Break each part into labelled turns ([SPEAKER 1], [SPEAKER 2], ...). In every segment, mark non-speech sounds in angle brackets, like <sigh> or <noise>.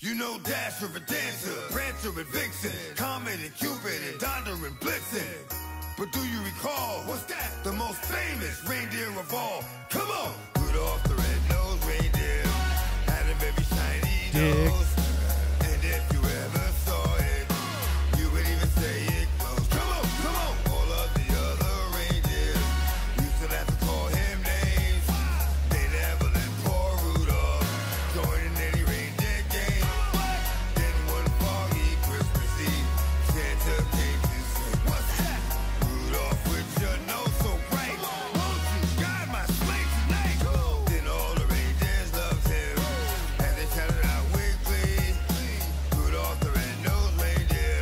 [SPEAKER 1] You know Dasher and Dancer, Prancer and Vixen, Comet and Cupid and Donder and Blitzen. But do you recall, what's that? The most famous reindeer of all. Come on! Rudolph the red-nosed reindeer had a very shiny
[SPEAKER 2] Dick.
[SPEAKER 1] nose. And if you ever saw it, you would even say it glows. Come on, come on! All of the other reindeers used to have to call him names. They never let poor Rudolph join in any reindeer game. Then one foggy Christmas Eve, Santa came to say, What's that? Rudolph with your nose so bright. Won't you guide my sleigh tonight? Then all the reindeers loved him, and they shouted out with glee. Rudolph the red-nosed reindeer,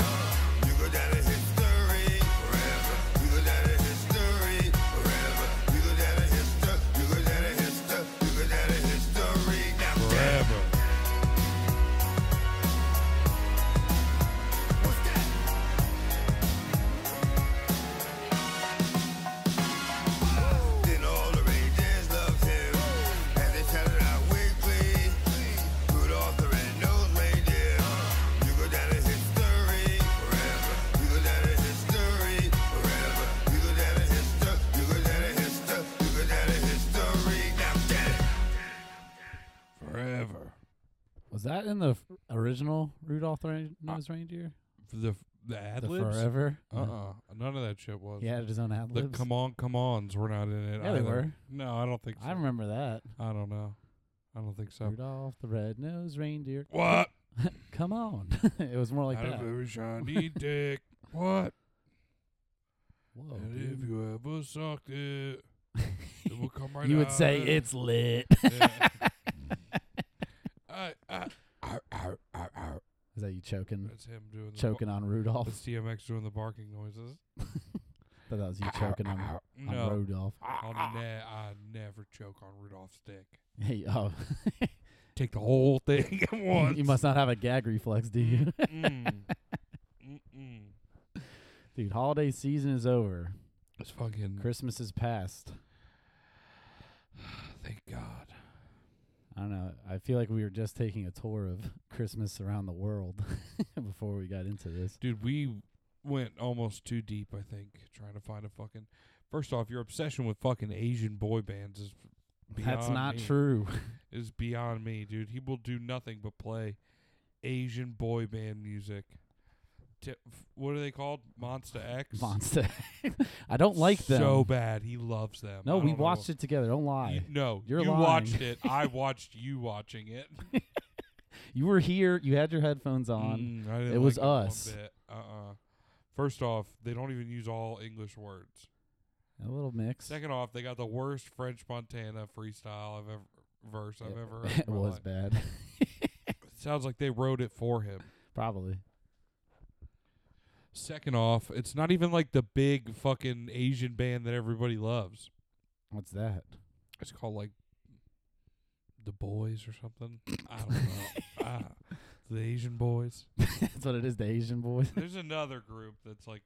[SPEAKER 1] you go down in history forever. You go down in history forever. You go down in history. You go down in history. You go down in history now.
[SPEAKER 2] Forever.
[SPEAKER 1] What's that? Then all the reindeers loved him, and they shouted out with glee. Rudolph the red-nosed reindeer, you go down in history forever. You go down in history forever. You go down in history. You go down in history. You go down in history. Now get it.
[SPEAKER 2] Forever.
[SPEAKER 3] Was that in the f- original Rudolph the Red-Nosed Reindeer?
[SPEAKER 2] The Uh, the ad
[SPEAKER 3] The
[SPEAKER 2] libs.
[SPEAKER 3] Forever?
[SPEAKER 2] Uh uh None of that shit was.
[SPEAKER 3] He added his own ad
[SPEAKER 2] The
[SPEAKER 3] libs.
[SPEAKER 2] come on, come ons were not in it.
[SPEAKER 3] Yeah, they
[SPEAKER 2] either.
[SPEAKER 3] were.
[SPEAKER 2] No, I don't think so.
[SPEAKER 3] I remember that.
[SPEAKER 2] I don't know. I don't think so.
[SPEAKER 3] Rudolph the Red-Nosed Reindeer.
[SPEAKER 2] What?
[SPEAKER 3] Come on. <laughs> it was more <laughs> like
[SPEAKER 2] Out of
[SPEAKER 3] that.
[SPEAKER 2] every
[SPEAKER 3] <laughs>
[SPEAKER 2] shiny dick. What?
[SPEAKER 3] Whoa,
[SPEAKER 2] and
[SPEAKER 3] Oh, dude.
[SPEAKER 2] if you ever sucked it, it will
[SPEAKER 3] <laughs>
[SPEAKER 2] come right
[SPEAKER 3] you would say
[SPEAKER 2] out.
[SPEAKER 3] it's lit.
[SPEAKER 2] <laughs> Yeah.
[SPEAKER 3] <laughs>
[SPEAKER 2] I, I, I, I, I, I.
[SPEAKER 3] Is that you choking?
[SPEAKER 2] That's him doing the
[SPEAKER 3] Mm. Choking on
[SPEAKER 2] Bar-
[SPEAKER 3] Rudolph?
[SPEAKER 2] that's DMX doing the barking noises.
[SPEAKER 3] Thought that was you
[SPEAKER 2] <coughs>
[SPEAKER 3] choking on, on
[SPEAKER 2] No.
[SPEAKER 3] Rudolph. <laughs>
[SPEAKER 2] I'll ne- I never choke on Rudolph's dick.
[SPEAKER 3] Hey, oh, <laughs>
[SPEAKER 2] Take the whole thing <laughs> at once.
[SPEAKER 3] you must not have a gag reflex,
[SPEAKER 2] <laughs>
[SPEAKER 3] do you?
[SPEAKER 2] Mm. Mm-mm.
[SPEAKER 3] Dude, holiday season is over.
[SPEAKER 2] It's fucking.
[SPEAKER 3] Christmas is past.
[SPEAKER 2] Thank God.
[SPEAKER 3] I don't know. I feel like we were just taking a tour of <laughs> Christmas around the world <laughs> before we got into this.
[SPEAKER 2] Dude, we went almost too deep, I think, trying to find a fucking. First off, your obsession with fucking Asian boy bands is beyond
[SPEAKER 3] That's not
[SPEAKER 2] me. <laughs>
[SPEAKER 3] true. <laughs>
[SPEAKER 2] Is beyond me, dude. He will do nothing but play Asian boy band music. Ti- f- what are they called? Monster X.
[SPEAKER 3] Monster. <laughs> I don't like them.
[SPEAKER 2] So bad. He loves them.
[SPEAKER 3] no, we watched it together.
[SPEAKER 2] <laughs>
[SPEAKER 3] Don't lie.
[SPEAKER 2] no,
[SPEAKER 3] You're
[SPEAKER 2] you
[SPEAKER 3] lying.
[SPEAKER 2] watched it.
[SPEAKER 3] <laughs>
[SPEAKER 2] I watched you watching it.
[SPEAKER 3] You were here. You had your headphones on.
[SPEAKER 2] Mm, I didn't
[SPEAKER 3] It was
[SPEAKER 2] like one
[SPEAKER 3] us.
[SPEAKER 2] bit. Uh-uh. First off, they don't even use all English words.
[SPEAKER 3] A little mix.
[SPEAKER 2] Second off, they got the worst French Montana freestyle I've ever verse I've
[SPEAKER 3] It- <laughs>
[SPEAKER 2] ever heard.
[SPEAKER 3] <laughs> it was
[SPEAKER 2] bad.
[SPEAKER 3] bad. <laughs>
[SPEAKER 2] Sounds like they wrote it for him.
[SPEAKER 3] Probably.
[SPEAKER 2] Second off, it's not even like the big fucking Asian band that everybody loves.
[SPEAKER 3] What's that? <laughs>
[SPEAKER 2] It's called like the Boys or something. I don't
[SPEAKER 3] <laughs>
[SPEAKER 2] know. Ah, the Asian Boys.
[SPEAKER 3] That's what it is. The Asian boys. <laughs>
[SPEAKER 2] There's another group that's like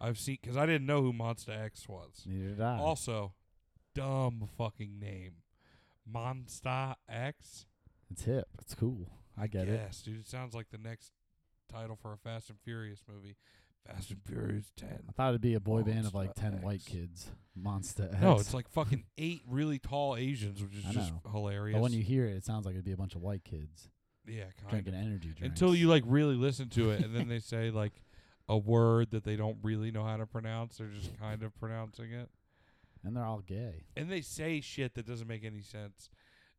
[SPEAKER 2] I've seen because I didn't know who Monster X was.
[SPEAKER 3] Neither did I.
[SPEAKER 2] Also, dumb fucking name, Monster X.
[SPEAKER 3] It's hip. It's cool. I get it.
[SPEAKER 2] Yes, dude. It sounds like the next title for a Fast and Furious movie. Fast and Furious Ten.
[SPEAKER 3] I thought it'd be a boy band of like
[SPEAKER 2] Monster
[SPEAKER 3] ten white
[SPEAKER 2] X.
[SPEAKER 3] kids. Monster X.
[SPEAKER 2] No, it's like fucking eight really tall Asians, which is
[SPEAKER 3] I
[SPEAKER 2] just
[SPEAKER 3] know.
[SPEAKER 2] hilarious.
[SPEAKER 3] But when you hear it, it sounds like it'd be a bunch of white kids
[SPEAKER 2] yeah, kind
[SPEAKER 3] drinking
[SPEAKER 2] of.
[SPEAKER 3] energy drinks.
[SPEAKER 2] until you like really listen to it, and then they say like a word that they don't really know how to pronounce. They're just kind of pronouncing it.
[SPEAKER 3] and they're all gay.
[SPEAKER 2] and they say shit that doesn't make any sense.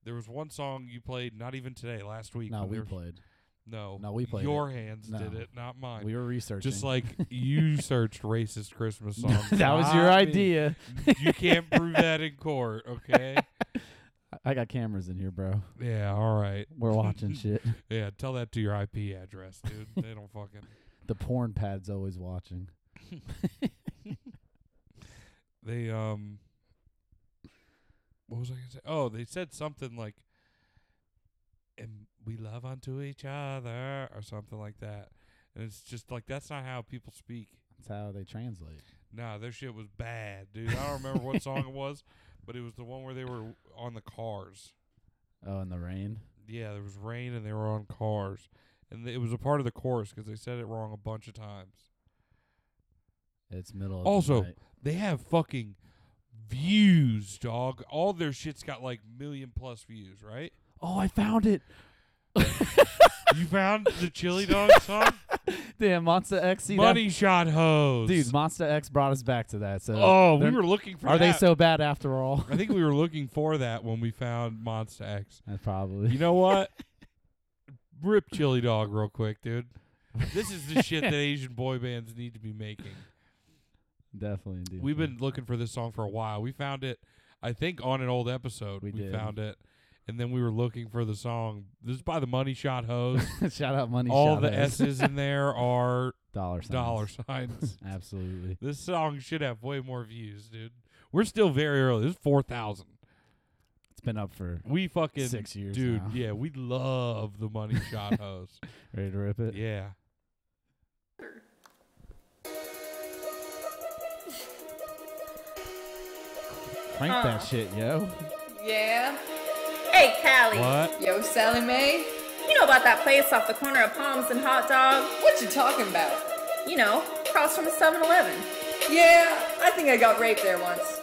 [SPEAKER 2] There was one song you played, not even today, last week.
[SPEAKER 3] No,
[SPEAKER 2] when
[SPEAKER 3] we
[SPEAKER 2] were-
[SPEAKER 3] played.
[SPEAKER 2] No,
[SPEAKER 3] No, we played
[SPEAKER 2] Your hands did
[SPEAKER 3] No.
[SPEAKER 2] it, not mine.
[SPEAKER 3] We were researching.
[SPEAKER 2] Just like you searched racist Christmas songs.
[SPEAKER 3] <laughs> that was your
[SPEAKER 2] not me.
[SPEAKER 3] idea.
[SPEAKER 2] You
[SPEAKER 3] <laughs>
[SPEAKER 2] can't prove that in court, okay?
[SPEAKER 3] I got cameras in here, bro.
[SPEAKER 2] yeah, all right.
[SPEAKER 3] We're <laughs> watching shit.
[SPEAKER 2] Yeah, tell that to your IP address, dude.
[SPEAKER 3] <laughs>
[SPEAKER 2] they don't fucking.
[SPEAKER 3] The porn pad's always watching.
[SPEAKER 2] They um. What was I gonna say? Oh, they said something like, "And we love unto each other" or something like that. And it's just like that's not how people speak.
[SPEAKER 3] That's how they translate.
[SPEAKER 2] Nah, their shit was bad, dude. I don't remember
[SPEAKER 3] <laughs>
[SPEAKER 2] what song it was, but it was the one where they were on the cars.
[SPEAKER 3] Oh, in the rain.
[SPEAKER 2] yeah, there was rain and they were on cars, and it was a part of the chorus because they said it wrong a bunch of times.
[SPEAKER 3] It's middle. Of
[SPEAKER 2] Also-
[SPEAKER 3] the night.
[SPEAKER 2] They have fucking views, dog. All their shit's got like million plus views, right?
[SPEAKER 3] oh, I found it.
[SPEAKER 2] You found the chili
[SPEAKER 3] <laughs>
[SPEAKER 2] dog song?
[SPEAKER 3] Damn, Monster X. See that-
[SPEAKER 2] Money shot hose.
[SPEAKER 3] dude. Monster X brought us back to that. So,
[SPEAKER 2] oh, we
[SPEAKER 3] they're-
[SPEAKER 2] were looking for
[SPEAKER 3] are they
[SPEAKER 2] that.
[SPEAKER 3] so bad after all?
[SPEAKER 2] I think we were looking for that when we found Monster X.
[SPEAKER 3] That's probably. <laughs>
[SPEAKER 2] You know what? Rip Chili Dog real quick, dude. This is the
[SPEAKER 3] <laughs>
[SPEAKER 2] shit that Asian boy bands need to be making.
[SPEAKER 3] Definitely, dude.
[SPEAKER 2] We've been looking for this song for a while. We found it, I think, on an old episode.
[SPEAKER 3] We did.
[SPEAKER 2] found it, and then we were looking for the song. This is by the Money Shot Hose.
[SPEAKER 3] <laughs> Shout out <laughs> money.
[SPEAKER 2] All
[SPEAKER 3] Shot
[SPEAKER 2] the
[SPEAKER 3] Us.
[SPEAKER 2] S's in
[SPEAKER 3] <laughs>
[SPEAKER 2] there are
[SPEAKER 3] dollar signs. <laughs>
[SPEAKER 2] dollar signs.
[SPEAKER 3] Absolutely.
[SPEAKER 2] this song should have way more views, dude. We're still very early. This is four thousand.
[SPEAKER 3] It's been up for
[SPEAKER 2] We fucking
[SPEAKER 3] six years,
[SPEAKER 2] dude.
[SPEAKER 3] now.
[SPEAKER 2] Yeah, we love the Money Shot
[SPEAKER 3] <laughs>
[SPEAKER 2] Hose.
[SPEAKER 3] Ready to rip it?
[SPEAKER 2] yeah.
[SPEAKER 3] Crank that shit, yo.
[SPEAKER 4] Yeah. Hey, Callie.
[SPEAKER 2] What?
[SPEAKER 4] Yo, Sally Mae. You know about that place off the corner of Palms and Hot Dog? What you talking about? You know, across from the 7-Eleven. Yeah, I think I got raped there once.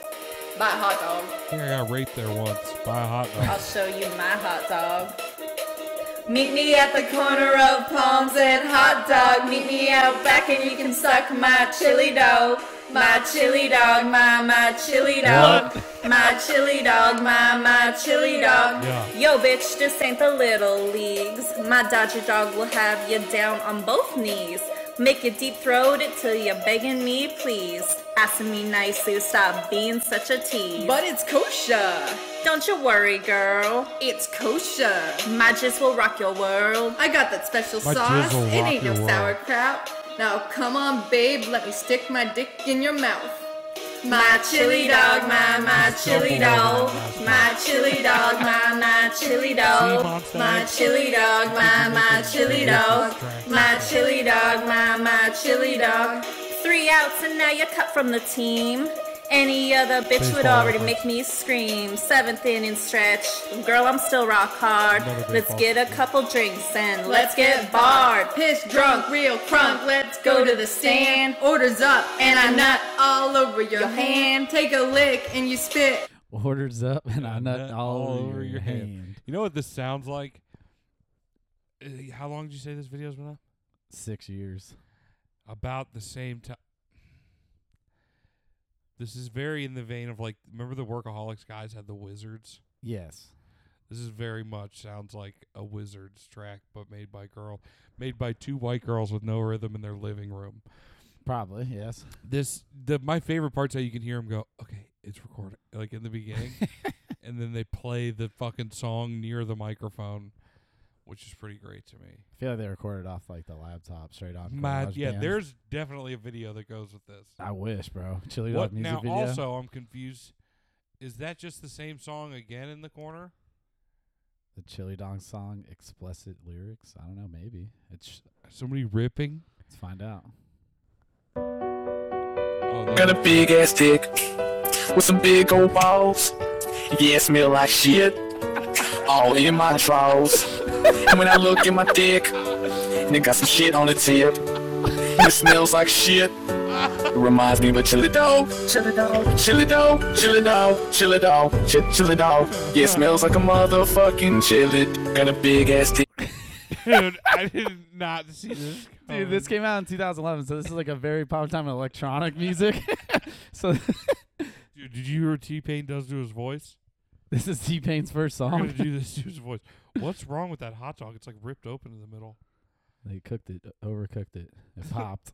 [SPEAKER 4] By a hot dog.
[SPEAKER 2] I think I got raped there once by a hot dog. <laughs>
[SPEAKER 4] I'll show you my hot dog. Meet me at the corner of Palms and Hot Dog. Meet me out back and you can suck my chili dog. My chili dog, my, my chili dog. My chili dog, my, my chili dog.
[SPEAKER 2] Yeah.
[SPEAKER 4] Yo, bitch, this ain't the little leagues. My Dodger dog will have you down on both knees. Make you deep throat it till you're begging me, please. Asking me nicely, stop being such a tease. But it's kosher. Don't you worry, girl. It's kosher. My jizz will rock your world. I got that special
[SPEAKER 2] My sauce. jizz will It rock ain't no your world.
[SPEAKER 4] sauerkraut. Now come on, babe, let me stick my dick in your mouth. My chili dog, my my chili dog, my chili dog, my my chili dog, my chili dog, my my chili dog, my chili dog, my my chili dog. Three outs and now you're cut from the team. Any other bitch would
[SPEAKER 2] Baseball
[SPEAKER 4] already
[SPEAKER 2] reference.
[SPEAKER 4] make me scream. Seventh inning stretch, girl, I'm still rock hard.
[SPEAKER 2] Another
[SPEAKER 4] Let's
[SPEAKER 2] baseball
[SPEAKER 4] get a couple drinks and let's get barred.
[SPEAKER 5] Piss drunk, real crunk. Let's go to the stand. Orders up, and I nut all over your,
[SPEAKER 4] Your hand.
[SPEAKER 5] hand. Take a lick, and you spit.
[SPEAKER 3] Orders up and I
[SPEAKER 2] And
[SPEAKER 3] nut
[SPEAKER 2] that
[SPEAKER 3] all, over your hand.
[SPEAKER 2] You know what this sounds like? Uh, How long did you say this video's been up?
[SPEAKER 3] Six years.
[SPEAKER 2] About the same time. This is very in the vein of like, remember the Workaholics guys had the Wizards?
[SPEAKER 3] Yes.
[SPEAKER 2] This is very much sounds like a Wizards track, but made by girl, made by two white girls with no rhythm in their living room.
[SPEAKER 3] Probably. Yes.
[SPEAKER 2] This the my favorite part's how you can hear them go, okay, it's recording, like in the beginning, and then they play the fucking song near the microphone, which is pretty great to me.
[SPEAKER 3] I feel like they recorded off like the laptop straight on.
[SPEAKER 2] My, yeah,
[SPEAKER 3] GarageBand.
[SPEAKER 2] there's definitely a video that goes with this.
[SPEAKER 3] I wish, bro. Chili
[SPEAKER 2] What
[SPEAKER 3] Dog music
[SPEAKER 2] now?
[SPEAKER 3] video.
[SPEAKER 2] Also, I'm confused. Is that just the same song again in the corner?
[SPEAKER 3] the Chili Dog song, explicit lyrics. I don't know. Maybe it's
[SPEAKER 2] Somebody ripping?
[SPEAKER 3] let's find out.
[SPEAKER 2] Oh, that-
[SPEAKER 6] Got a big ass dick with some big old balls. Yeah, it smell like shit all in my drawers. And when I look at my dick, and it got some shit on the tip. It smells like shit. It reminds me of a chili dog, chili dog, chili dog, chili dog, chili dog, chi- chili dog. Yeah, it smells like a motherfucking chili. Got a big ass dick.
[SPEAKER 2] <laughs> dude, I did not see this.
[SPEAKER 3] Dude, this came out in 2011, so this is like a very popular time in electronic <laughs> music. so
[SPEAKER 2] Dude, did you hear what T Pain does to his voice?
[SPEAKER 3] this is T Pain's first
[SPEAKER 2] I'm gonna
[SPEAKER 3] song.
[SPEAKER 2] do this to his voice. What's wrong with that hot dog? It's like ripped open in the middle.
[SPEAKER 3] They cooked it, overcooked it,
[SPEAKER 2] <laughs>
[SPEAKER 3] it popped.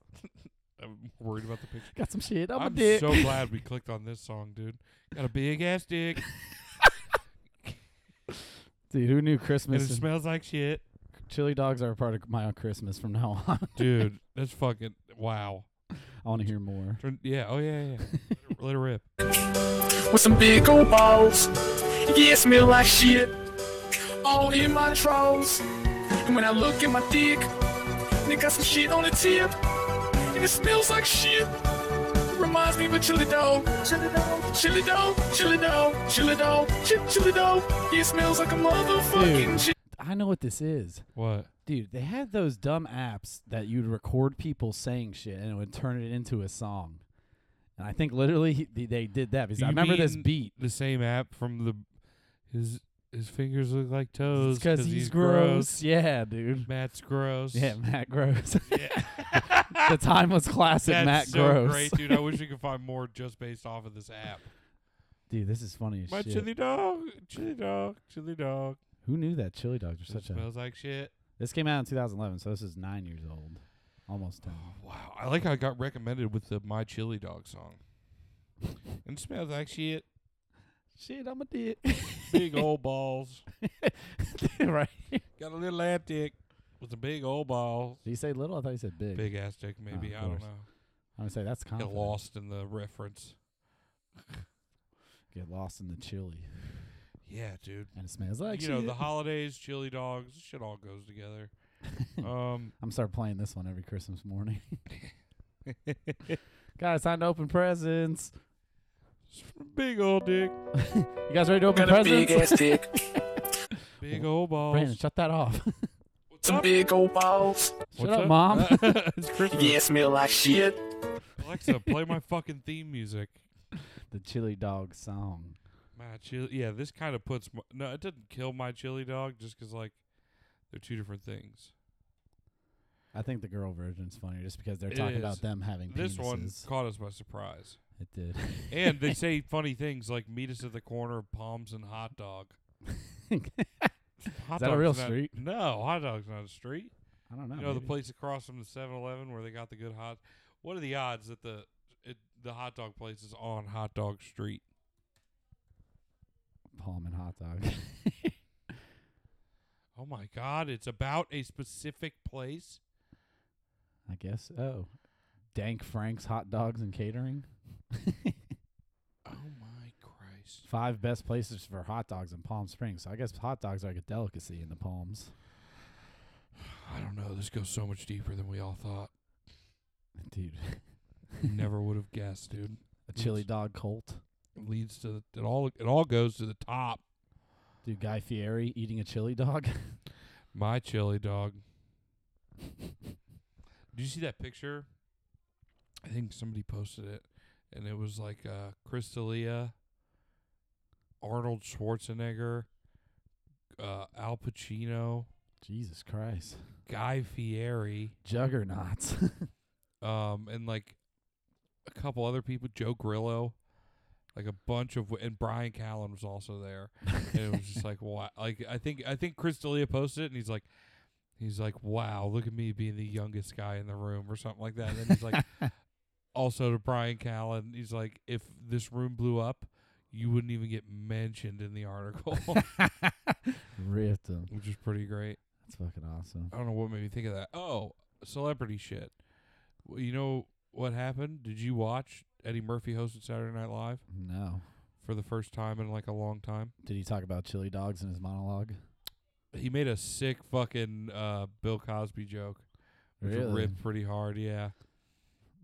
[SPEAKER 2] I'm worried about the picture.
[SPEAKER 3] Got some shit on my
[SPEAKER 2] I'm
[SPEAKER 3] dick.
[SPEAKER 2] so glad we clicked on this song, dude. Got a big ass dick,
[SPEAKER 3] Dude, who knew
[SPEAKER 2] and it
[SPEAKER 3] Christmas? and
[SPEAKER 2] smells like shit,
[SPEAKER 3] chili dogs are a part of my own Christmas from now on. <laughs>
[SPEAKER 2] dude. That's fucking wow.
[SPEAKER 3] I want to hear more.
[SPEAKER 2] Turn- Yeah. Oh yeah. yeah, yeah.
[SPEAKER 3] <laughs>
[SPEAKER 2] Let it rip.
[SPEAKER 6] with some big old balls. Yeah, it smell like shit. All in my drawers. And when I look at my dick, and it got some shit on the tip. And it smells like shit. It reminds me of a chili dog. Chili dog. Chili dog. Chili dog. Chili dog. Chili, chili dog. Yeah, it smells like a motherfucking
[SPEAKER 3] Dude.
[SPEAKER 6] chili.
[SPEAKER 3] I know what this is.
[SPEAKER 2] What?
[SPEAKER 3] Dude, they had those dumb apps that you'd record people saying shit and it would turn it into a song. And I think literally he- they- they did that because I
[SPEAKER 2] You
[SPEAKER 3] remember this
[SPEAKER 2] mean
[SPEAKER 3] beat.
[SPEAKER 2] The same app from the his his fingers look like toes
[SPEAKER 3] It's because he's, gross. Yeah, dude.
[SPEAKER 2] Matt's gross.
[SPEAKER 3] Yeah, <laughs> Matt Gross.
[SPEAKER 2] Yeah.
[SPEAKER 3] <laughs> the time was classic
[SPEAKER 2] That's
[SPEAKER 3] Matt
[SPEAKER 2] so
[SPEAKER 3] Gross.
[SPEAKER 2] great, dude. I wish we could find more just based off of this app.
[SPEAKER 3] <laughs> Dude, this is funny as
[SPEAKER 2] My
[SPEAKER 3] shit.
[SPEAKER 2] chili dog, chili dog, chili dog.
[SPEAKER 3] Who knew that chili dogs were
[SPEAKER 2] It
[SPEAKER 3] such a
[SPEAKER 2] smells like shit.
[SPEAKER 3] This came out in 2011, so this is 9 years old. Almost 10.
[SPEAKER 2] Wow, I like how I got recommended with the My Chili Dog song. and smells like shit.
[SPEAKER 3] Shit, I'm a dick. <laughs>
[SPEAKER 2] <laughs> Big old balls.
[SPEAKER 3] right.
[SPEAKER 2] Got a little ass dick with a big old ball.
[SPEAKER 3] Did you say little? I thought you said big. Ah,
[SPEAKER 2] Big ass dick, maybe.
[SPEAKER 3] of
[SPEAKER 2] I don't
[SPEAKER 3] course.
[SPEAKER 2] know.
[SPEAKER 3] I'm going to say that's confident.
[SPEAKER 2] Get lost in the reference.
[SPEAKER 3] Get lost in the chili.
[SPEAKER 2] Yeah, dude.
[SPEAKER 3] And it smells like
[SPEAKER 2] you know,
[SPEAKER 3] shit.
[SPEAKER 2] the holidays, chili dogs, shit all goes together.
[SPEAKER 3] <laughs>
[SPEAKER 2] um,
[SPEAKER 3] I'm start playing this one every Christmas morning.
[SPEAKER 2] <laughs>
[SPEAKER 3] guys, time to open presents.
[SPEAKER 2] big old dick,
[SPEAKER 3] You guys ready to open
[SPEAKER 6] Got a big
[SPEAKER 3] presents?
[SPEAKER 6] ass dick.
[SPEAKER 2] big old balls.
[SPEAKER 3] Brandon, shut that off. <laughs>
[SPEAKER 6] Some big old balls.
[SPEAKER 3] shut
[SPEAKER 2] What's
[SPEAKER 3] up, mom.
[SPEAKER 2] <laughs>
[SPEAKER 3] <laughs>
[SPEAKER 2] it's Christmas.
[SPEAKER 6] Yeah, smell like shit.
[SPEAKER 2] Alexa, play my fucking theme music.
[SPEAKER 3] the chili dog song.
[SPEAKER 2] My chili, yeah, this kind of puts my, no, it doesn't kill my chili dog just 'cause like they're two different things.
[SPEAKER 3] I think the girl version's funnier just because they're
[SPEAKER 2] It
[SPEAKER 3] talking
[SPEAKER 2] is.
[SPEAKER 3] about them having
[SPEAKER 2] This one
[SPEAKER 3] penises.
[SPEAKER 2] caught us by surprise,
[SPEAKER 3] It did.
[SPEAKER 2] <laughs>
[SPEAKER 3] <laughs>
[SPEAKER 2] and they say funny things like "meet us at the corner of Palms and Hot Dog." Hot
[SPEAKER 3] Is that a
[SPEAKER 2] dog's
[SPEAKER 3] real
[SPEAKER 2] not-
[SPEAKER 3] street?
[SPEAKER 2] No, hot dog's not a street.
[SPEAKER 3] I don't know.
[SPEAKER 2] you know the
[SPEAKER 3] maybe.
[SPEAKER 2] place across from the 7-Eleven where they got the good hot. What are the odds that the it, the hot dog place is on Hot Dog Street?
[SPEAKER 3] Palm and hot dog. <laughs>
[SPEAKER 2] Oh my God! It's about a specific place.
[SPEAKER 3] I guess. Oh, Dank Frank's hot dogs and catering.
[SPEAKER 2] Oh my Christ! <sighs>
[SPEAKER 3] Five best places for hot dogs in Palm Springs. So I guess hot dogs are like a delicacy in the Palms. <laughs>
[SPEAKER 2] I don't know. This goes so much deeper than we all thought.
[SPEAKER 3] Dude,
[SPEAKER 2] Never would have guessed, dude.
[SPEAKER 3] a chili dog cult.
[SPEAKER 2] It leads to it all. It all goes to the top.
[SPEAKER 3] Dude, Guy Fieri eating a chili dog. <laughs>
[SPEAKER 2] My chili dog. <laughs> Did you see that picture? I think somebody posted it, and it was like uh, Chris D'Elia, Arnold Schwarzenegger, uh, Al Pacino,
[SPEAKER 3] Jesus Christ.
[SPEAKER 2] Guy Fieri,
[SPEAKER 3] Juggernauts. <laughs>
[SPEAKER 2] um, and like a couple other people, Joe Grillo, like a bunch of, w- and Brian Callen was also there. and it was just like wow <laughs> like i think i think chris D'Elia posted it and he's like he's like wow look at me being the youngest guy in the room or something like that and then he's like also to brian callen he's like if this room blew up you wouldn't even get mentioned in the article <laughs>
[SPEAKER 3] Ripped them.
[SPEAKER 2] which is pretty great
[SPEAKER 3] That's fucking awesome.
[SPEAKER 2] i don't know what made me think of that oh celebrity shit well, you know what happened did you watch eddie murphy hosted saturday night live
[SPEAKER 3] No.
[SPEAKER 2] for the first time in like a long time
[SPEAKER 3] Did he talk about chili dogs in his monologue?
[SPEAKER 2] he made a sick fucking uh, Bill Cosby joke, which
[SPEAKER 3] Really?
[SPEAKER 2] ripped pretty hard. Yeah,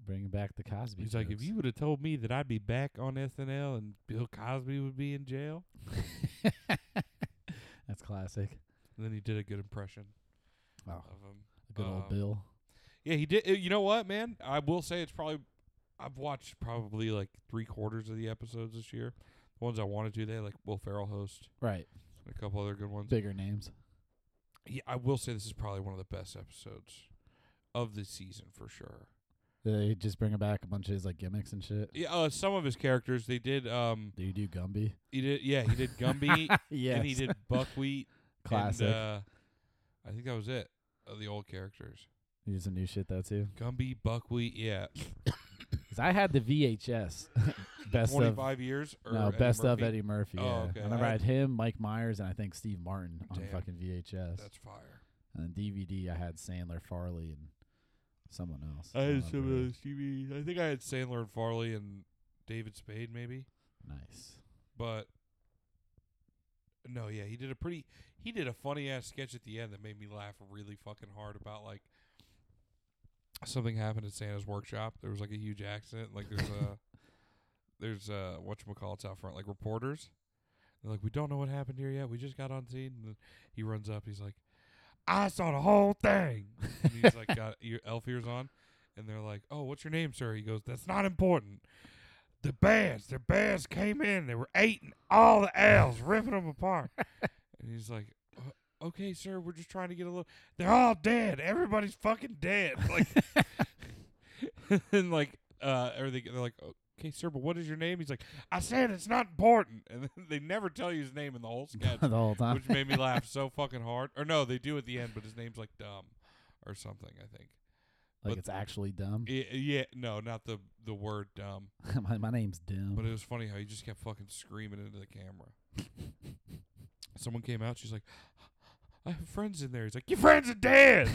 [SPEAKER 3] Bring back the Cosby.
[SPEAKER 2] he's like, if
[SPEAKER 3] jokes.
[SPEAKER 2] you would have told me that I'd be back on SNL and Bill Cosby would be in jail,
[SPEAKER 3] That's classic.
[SPEAKER 2] and then he did a good impression
[SPEAKER 3] Wow.
[SPEAKER 2] of him.
[SPEAKER 3] Good
[SPEAKER 2] Um,
[SPEAKER 3] old Bill.
[SPEAKER 2] Yeah, he did. uh, You know what, man? I will say it's probably I've watched probably like three quarters of the episodes this year. The ones I wanted to, they had like Will Ferrell host,
[SPEAKER 3] Right.
[SPEAKER 2] and a couple other good ones.
[SPEAKER 3] Bigger names.
[SPEAKER 2] Yeah, I will say this is probably one of the best episodes of the season for sure.
[SPEAKER 3] Did they Uh, just bring back a bunch of his like gimmicks and shit?
[SPEAKER 2] Yeah, uh, some of his characters they did. Um,
[SPEAKER 3] Do you do Gumby?
[SPEAKER 2] He did, yeah. He did
[SPEAKER 3] <laughs>
[SPEAKER 2] Gumby,
[SPEAKER 3] yes.
[SPEAKER 2] and he did Buckwheat.
[SPEAKER 3] Classic.
[SPEAKER 2] And, uh, I think that was it of the old characters.
[SPEAKER 3] You did some new shit though too.
[SPEAKER 2] Gumby, Buckwheat, yeah.
[SPEAKER 3] 'Cause I had the VHS <laughs> best of
[SPEAKER 2] Twenty-five years. Or
[SPEAKER 3] no
[SPEAKER 2] Eddie
[SPEAKER 3] best of
[SPEAKER 2] Murphy?
[SPEAKER 3] Eddie Murphy.
[SPEAKER 2] Oh,
[SPEAKER 3] yeah.
[SPEAKER 2] okay.
[SPEAKER 3] I remember
[SPEAKER 2] I-
[SPEAKER 3] I had him, Mike Myers, and I think Steve Martin on
[SPEAKER 2] Damn.
[SPEAKER 3] fucking VHS.
[SPEAKER 2] That's fire.
[SPEAKER 3] and then DVD, I had Sandler, Farley, and someone else.
[SPEAKER 2] I had
[SPEAKER 3] don't
[SPEAKER 2] some of
[SPEAKER 3] remember.
[SPEAKER 2] those TV. I think I had Sandler and Farley and David Spade, maybe.
[SPEAKER 3] Nice. <laughs>
[SPEAKER 2] But no, yeah, he did a pretty. He did a funny ass sketch at the end that made me laugh really fucking hard about like something happened at Santa's workshop. There was like a huge accident. Like there's a there's uh whatchamacallits out front, like reporters. They're like, we don't know what happened here yet. We just got on scene. And then he runs up. He's like, I saw the whole thing. And he's like, got ear, elf ears on. And they're like, oh, what's your name, sir? He goes, that's not important. The bears, the bears came in. They were eating all the elves, ripping them apart. and he's like, "Uh, okay, sir, we're just trying to get a little. They're all dead. Everybody's fucking dead. <laughs> Like, and like, uh, everything. They're like, okay, sir, but what is your name? He's like, I said it's not important. And <laughs> then they never tell you his name in the whole sketch
[SPEAKER 3] the whole time.
[SPEAKER 2] which made me laugh so fucking hard. Or no, they do at the end, but his name's like dumb or something. I think.
[SPEAKER 3] like
[SPEAKER 2] but-
[SPEAKER 3] it's actually dumb.
[SPEAKER 2] I- yeah, no, not the the word dumb,
[SPEAKER 3] <laughs> my, my name's dumb.
[SPEAKER 2] but it was funny how he just kept fucking screaming into the camera. Someone came out. She's like, "I have friends in there." He's like, "Your friends are dead."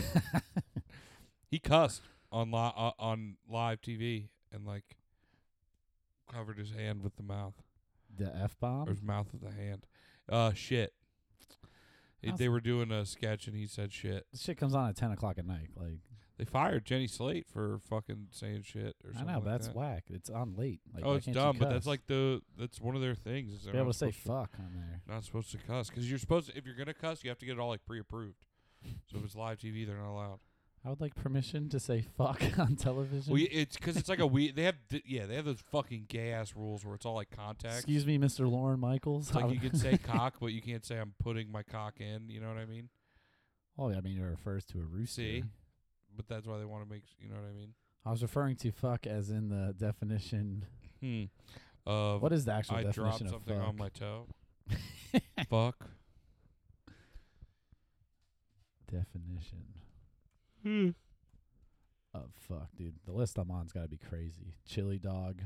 [SPEAKER 2] he cussed on li- uh, on live TV and like covered his hand with the mouth
[SPEAKER 3] the f
[SPEAKER 2] or
[SPEAKER 3] bomb.
[SPEAKER 2] his mouth with the hand. Uh, shit. They- They were doing a sketch and he said shit.
[SPEAKER 3] This shit comes on at ten o'clock at night. Like
[SPEAKER 2] They fired Jenny Slate for fucking saying shit or
[SPEAKER 3] I
[SPEAKER 2] something.
[SPEAKER 3] know
[SPEAKER 2] like
[SPEAKER 3] but that's
[SPEAKER 2] that.
[SPEAKER 3] whack. It's on late. Like,
[SPEAKER 2] oh,
[SPEAKER 3] why
[SPEAKER 2] it's
[SPEAKER 3] can't you
[SPEAKER 2] dumb, but that's
[SPEAKER 3] cuss?
[SPEAKER 2] like the that's one of their things. Is they're
[SPEAKER 3] be able
[SPEAKER 2] not
[SPEAKER 3] to say
[SPEAKER 2] supposed
[SPEAKER 3] fuck on there.
[SPEAKER 2] Not supposed to cuss because you're supposed to. If you're gonna cuss, you have to get it all like pre-approved. So if it's live TV, they're not allowed.
[SPEAKER 3] I would like permission to say fuck <laughs> on television.
[SPEAKER 2] Well, y- it's because it's like a we. They have d- yeah, they have those fucking gay ass rules where it's all like contact.
[SPEAKER 3] Excuse me, Mr. Lauren Michaels.
[SPEAKER 2] It's
[SPEAKER 3] I
[SPEAKER 2] like you
[SPEAKER 3] would-
[SPEAKER 2] can
[SPEAKER 3] <laughs>
[SPEAKER 2] say cock, but you can't say I'm putting my cock in. You know what I mean?
[SPEAKER 3] well, Oh, I mean, it refers to a rooster.
[SPEAKER 2] See? But that's why they want to make. s- You know what I mean?
[SPEAKER 3] I was referring to fuck as in the definition.
[SPEAKER 2] Hmm. Of
[SPEAKER 3] What is the actual
[SPEAKER 2] I dropped
[SPEAKER 3] definition of
[SPEAKER 2] something
[SPEAKER 3] fuck?
[SPEAKER 2] on my
[SPEAKER 3] <laughs>
[SPEAKER 2] toe. Fuck.
[SPEAKER 3] definition of fuck, dude. The list I'm on's got to be crazy. Chili dog,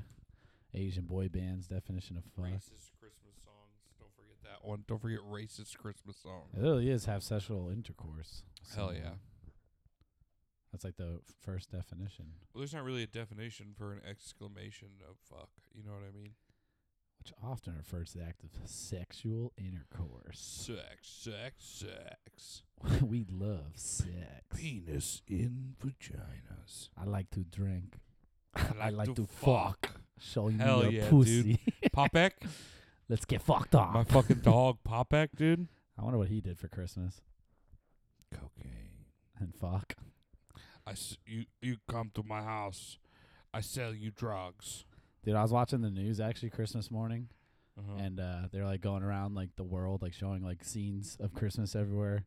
[SPEAKER 3] Asian boy bands. Definition of fuck.
[SPEAKER 2] Racist Christmas songs. Don't forget that one. Don't forget racist Christmas songs.
[SPEAKER 3] It really is have sexual intercourse. with
[SPEAKER 2] Hell
[SPEAKER 3] someone.
[SPEAKER 2] yeah.
[SPEAKER 3] That's like the f- first definition,
[SPEAKER 2] Well, there's not really a definition for an exclamation of fuck. You know what I mean?
[SPEAKER 3] which often refers to the act of sexual intercourse.
[SPEAKER 2] Sex,
[SPEAKER 3] <laughs>
[SPEAKER 2] sex, sex.
[SPEAKER 3] we love sex.
[SPEAKER 2] Penis in vaginas.
[SPEAKER 3] I like to drink. <laughs>
[SPEAKER 2] I like,
[SPEAKER 3] like to <laughs> Show you
[SPEAKER 2] Hell
[SPEAKER 3] your
[SPEAKER 2] yeah, dude.
[SPEAKER 3] pussy. <laughs>
[SPEAKER 2] Popek,
[SPEAKER 3] Let's get fucked off.
[SPEAKER 2] my fucking dog, Popek, dude.
[SPEAKER 3] I wonder what he did for Christmas
[SPEAKER 2] Cocaine.
[SPEAKER 3] and fuck.
[SPEAKER 2] I s- you you come to my house. I sell you drugs.
[SPEAKER 3] Dude, I was watching the news actually Christmas morning,
[SPEAKER 2] Uh-huh.
[SPEAKER 3] and uh, they're like going around like the world, like showing like scenes of Christmas everywhere.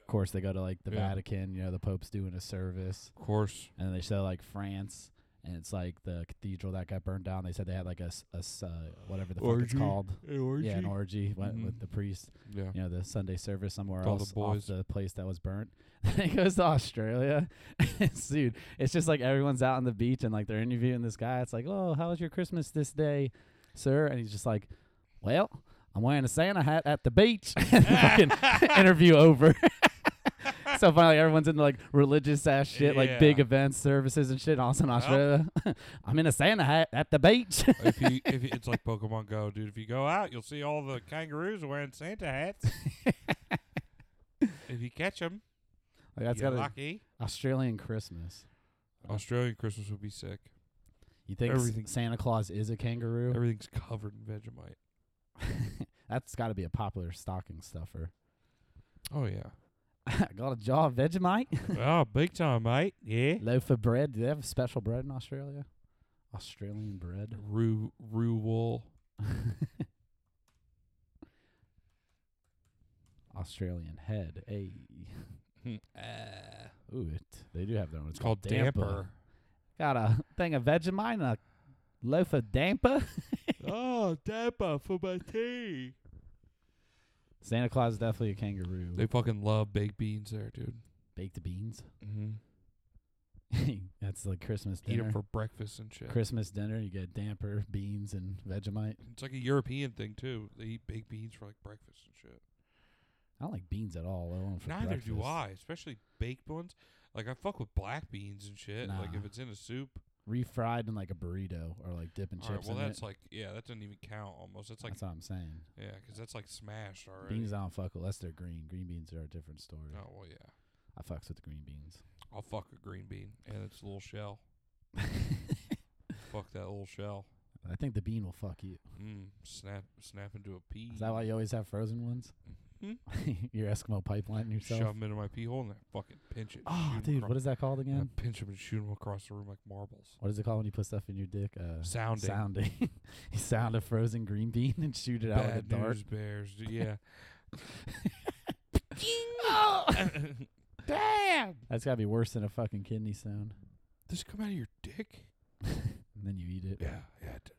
[SPEAKER 3] Of course, they go to like the
[SPEAKER 2] Yeah.
[SPEAKER 3] Vatican. You know, the Pope's doing a service.
[SPEAKER 2] of course,
[SPEAKER 3] and they show like France, and it's like the cathedral that got burned down. They said they had like a, s- a s- uh, whatever the fuck it's
[SPEAKER 2] Orgy.
[SPEAKER 3] called,
[SPEAKER 2] orgy.
[SPEAKER 3] yeah, an orgy went
[SPEAKER 2] Mhm.
[SPEAKER 3] with the priest.
[SPEAKER 2] yeah.
[SPEAKER 3] You know, the Sunday service somewhere
[SPEAKER 2] With all the
[SPEAKER 3] else
[SPEAKER 2] boys.
[SPEAKER 3] off the place that was burnt. <laughs> Then he goes to Australia, <laughs> It's- dude. It's just like everyone's out on the beach and like they're interviewing this guy. It's like, oh, how was your Christmas this day, sir? And he's just like, well. I'm wearing a Santa hat at the beach. <laughs> Fucking
[SPEAKER 2] <laughs>
[SPEAKER 3] interview over. <laughs> so finally, everyone's into like religious ass shit, like big
[SPEAKER 2] Yeah.
[SPEAKER 3] events, services, and shit. And Also in Australia, <laughs> I'm in a Santa hat at the beach. <laughs>
[SPEAKER 2] if you if you, it's like Pokemon Go, dude. If you go out, you'll see all the kangaroos wearing Santa <laughs> hats. if you catch 'em,
[SPEAKER 3] like, that's
[SPEAKER 2] you're
[SPEAKER 3] got an
[SPEAKER 2] lucky.
[SPEAKER 3] Australian Christmas.
[SPEAKER 2] Australian Christmas would be sick.
[SPEAKER 3] You think s-
[SPEAKER 2] Everything.
[SPEAKER 3] Santa Claus is a kangaroo?
[SPEAKER 2] Everything's covered in Vegemite.
[SPEAKER 3] That's got to be a popular stocking stuffer. <laughs>
[SPEAKER 2] Oh <laughs> yeah.
[SPEAKER 3] I got a jar of Vegemite,
[SPEAKER 2] <laughs> oh, big time, mate. Yeah.
[SPEAKER 3] loaf of bread. Do they have special bread in Australia? Australian bread.
[SPEAKER 2] Rue Rue wool.
[SPEAKER 3] Australian head. Hey. <laughs> Uh, Ooh, it, they do have their own.
[SPEAKER 2] Hmm. It's called damper.
[SPEAKER 3] Got a thing of Vegemite and a loaf of damper. <laughs>
[SPEAKER 2] <laughs> oh, damper for my tea.
[SPEAKER 3] Santa Claus is definitely a kangaroo.
[SPEAKER 2] They fucking love baked beans there, dude.
[SPEAKER 3] Baked beans. <laughs>
[SPEAKER 2] Mm-hmm.
[SPEAKER 3] That's like Christmas
[SPEAKER 2] Eat
[SPEAKER 3] dinner.
[SPEAKER 2] them for breakfast and shit.
[SPEAKER 3] Christmas dinner, you get damper, beans, and Vegemite.
[SPEAKER 2] It's like a European thing too. They eat baked beans for like breakfast and shit.
[SPEAKER 3] I don't like beans at all. let alone for
[SPEAKER 2] Neither do
[SPEAKER 3] breakfast.
[SPEAKER 2] I, especially baked ones. Like I fuck with black beans and shit. Like if
[SPEAKER 3] Nah.
[SPEAKER 2] it's in a soup.
[SPEAKER 3] Refried in like a burrito or like dipping
[SPEAKER 2] All
[SPEAKER 3] chips
[SPEAKER 2] right, well
[SPEAKER 3] in
[SPEAKER 2] that's
[SPEAKER 3] it.
[SPEAKER 2] like yeah, that doesn't even count almost. That's like
[SPEAKER 3] that's what I'm saying.
[SPEAKER 2] yeah, 'cause that's like smashed already.
[SPEAKER 3] Beans I don't fuck with unless they're green. Green beans are a different story.
[SPEAKER 2] Oh well, yeah.
[SPEAKER 3] I fucks with the green beans. <laughs>
[SPEAKER 2] I'll fuck a green bean and its little shell. fuck that little shell.
[SPEAKER 3] I think the bean will fuck you.
[SPEAKER 2] Mm, snap, snap into a pea.
[SPEAKER 3] Is that why you always have frozen ones?
[SPEAKER 2] Hmm?
[SPEAKER 3] <laughs> Your Eskimo pipeline yourself.
[SPEAKER 2] Shove 'em into my pee hole and I fucking pinch it. and
[SPEAKER 3] oh,
[SPEAKER 2] shoot 'em
[SPEAKER 3] dude,
[SPEAKER 2] acro-
[SPEAKER 3] what is that called
[SPEAKER 2] and I
[SPEAKER 3] again?
[SPEAKER 2] pinch 'em and shoot 'em across the room like marbles.
[SPEAKER 3] What is it called when you put stuff in your dick? Uh,
[SPEAKER 2] Sounding.
[SPEAKER 3] Sounding. <laughs> you sound a frozen green bean and shoot it out with a
[SPEAKER 2] Bad
[SPEAKER 3] dart.
[SPEAKER 2] news bears. d-
[SPEAKER 3] <laughs>
[SPEAKER 2] Yeah. <laughs>
[SPEAKER 3] Oh!
[SPEAKER 2] <laughs>
[SPEAKER 3] That's gotta be worse than a fucking kidney stone.
[SPEAKER 2] Does it come out of your dick?
[SPEAKER 3] And then you eat it.
[SPEAKER 2] Yeah. Yeah. it d-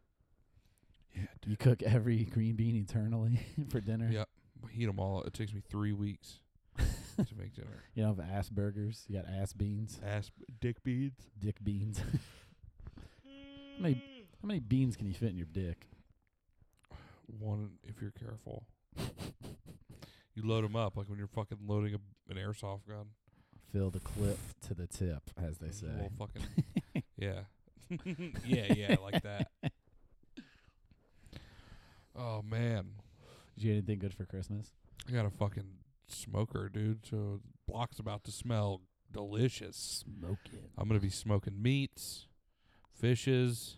[SPEAKER 2] Yeah. it
[SPEAKER 3] You cook every green bean eternally <laughs> for dinner.
[SPEAKER 2] Yeah. d- Heat 'em all. It takes me three weeks <laughs> to make dinner.
[SPEAKER 3] You don't have ass burgers. You got ass beans,
[SPEAKER 2] Ass dick beads.
[SPEAKER 3] dick beans. <laughs> how many
[SPEAKER 2] Mm.
[SPEAKER 3] how many beans can you fit in your dick?
[SPEAKER 2] One, if you're <laughs> careful. You load 'em up like when you're fucking loading a, an airsoft gun.
[SPEAKER 3] Fill the clip to the tip, as they
[SPEAKER 2] It's a
[SPEAKER 3] say.
[SPEAKER 2] little <laughs> fucking <laughs> yeah, yeah, yeah, like that. Oh man,
[SPEAKER 3] Did you get anything good for Christmas?
[SPEAKER 2] I got a fucking smoker, dude. So block's about to smell delicious.
[SPEAKER 3] Smoke it.
[SPEAKER 2] I'm gonna be smoking meats, fishes,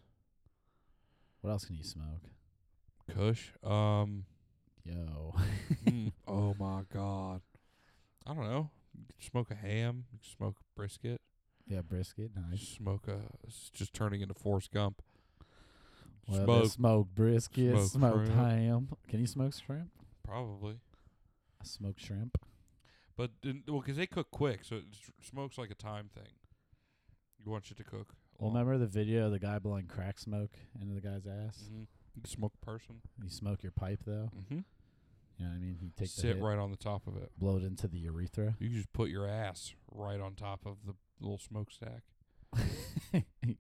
[SPEAKER 3] What else can you smoke?
[SPEAKER 2] kush. Um,
[SPEAKER 3] Yo. <laughs>
[SPEAKER 2] mm, oh my god, I don't know. You could Smoke a ham, you could smoke a brisket,
[SPEAKER 3] yeah, brisket. Nice.
[SPEAKER 2] smoke a. It's just turning into Forrest Gump.
[SPEAKER 3] Well,
[SPEAKER 2] smoke,
[SPEAKER 3] smoke. smoked brisket,
[SPEAKER 2] Smoked
[SPEAKER 3] smoked
[SPEAKER 2] shrimp.
[SPEAKER 3] ham. Can you smoke shrimp?
[SPEAKER 2] probably.
[SPEAKER 3] I smoke shrimp.
[SPEAKER 2] But didn't- well, 'cause they cook quick, so it s- smokes like a time thing. You want it to cook.
[SPEAKER 3] Well, remember the video of the guy blowing crack smoke into the guy's ass?
[SPEAKER 2] hmm You can smoke a person.
[SPEAKER 3] You smoke your pipe though.
[SPEAKER 2] Mm-hmm.
[SPEAKER 3] You know what I mean? You take the
[SPEAKER 2] Sit
[SPEAKER 3] hit,
[SPEAKER 2] right on the top of it.
[SPEAKER 3] blow it into the urethra.
[SPEAKER 2] You can just put your ass right on top of the little
[SPEAKER 3] <laughs>
[SPEAKER 2] smokestack.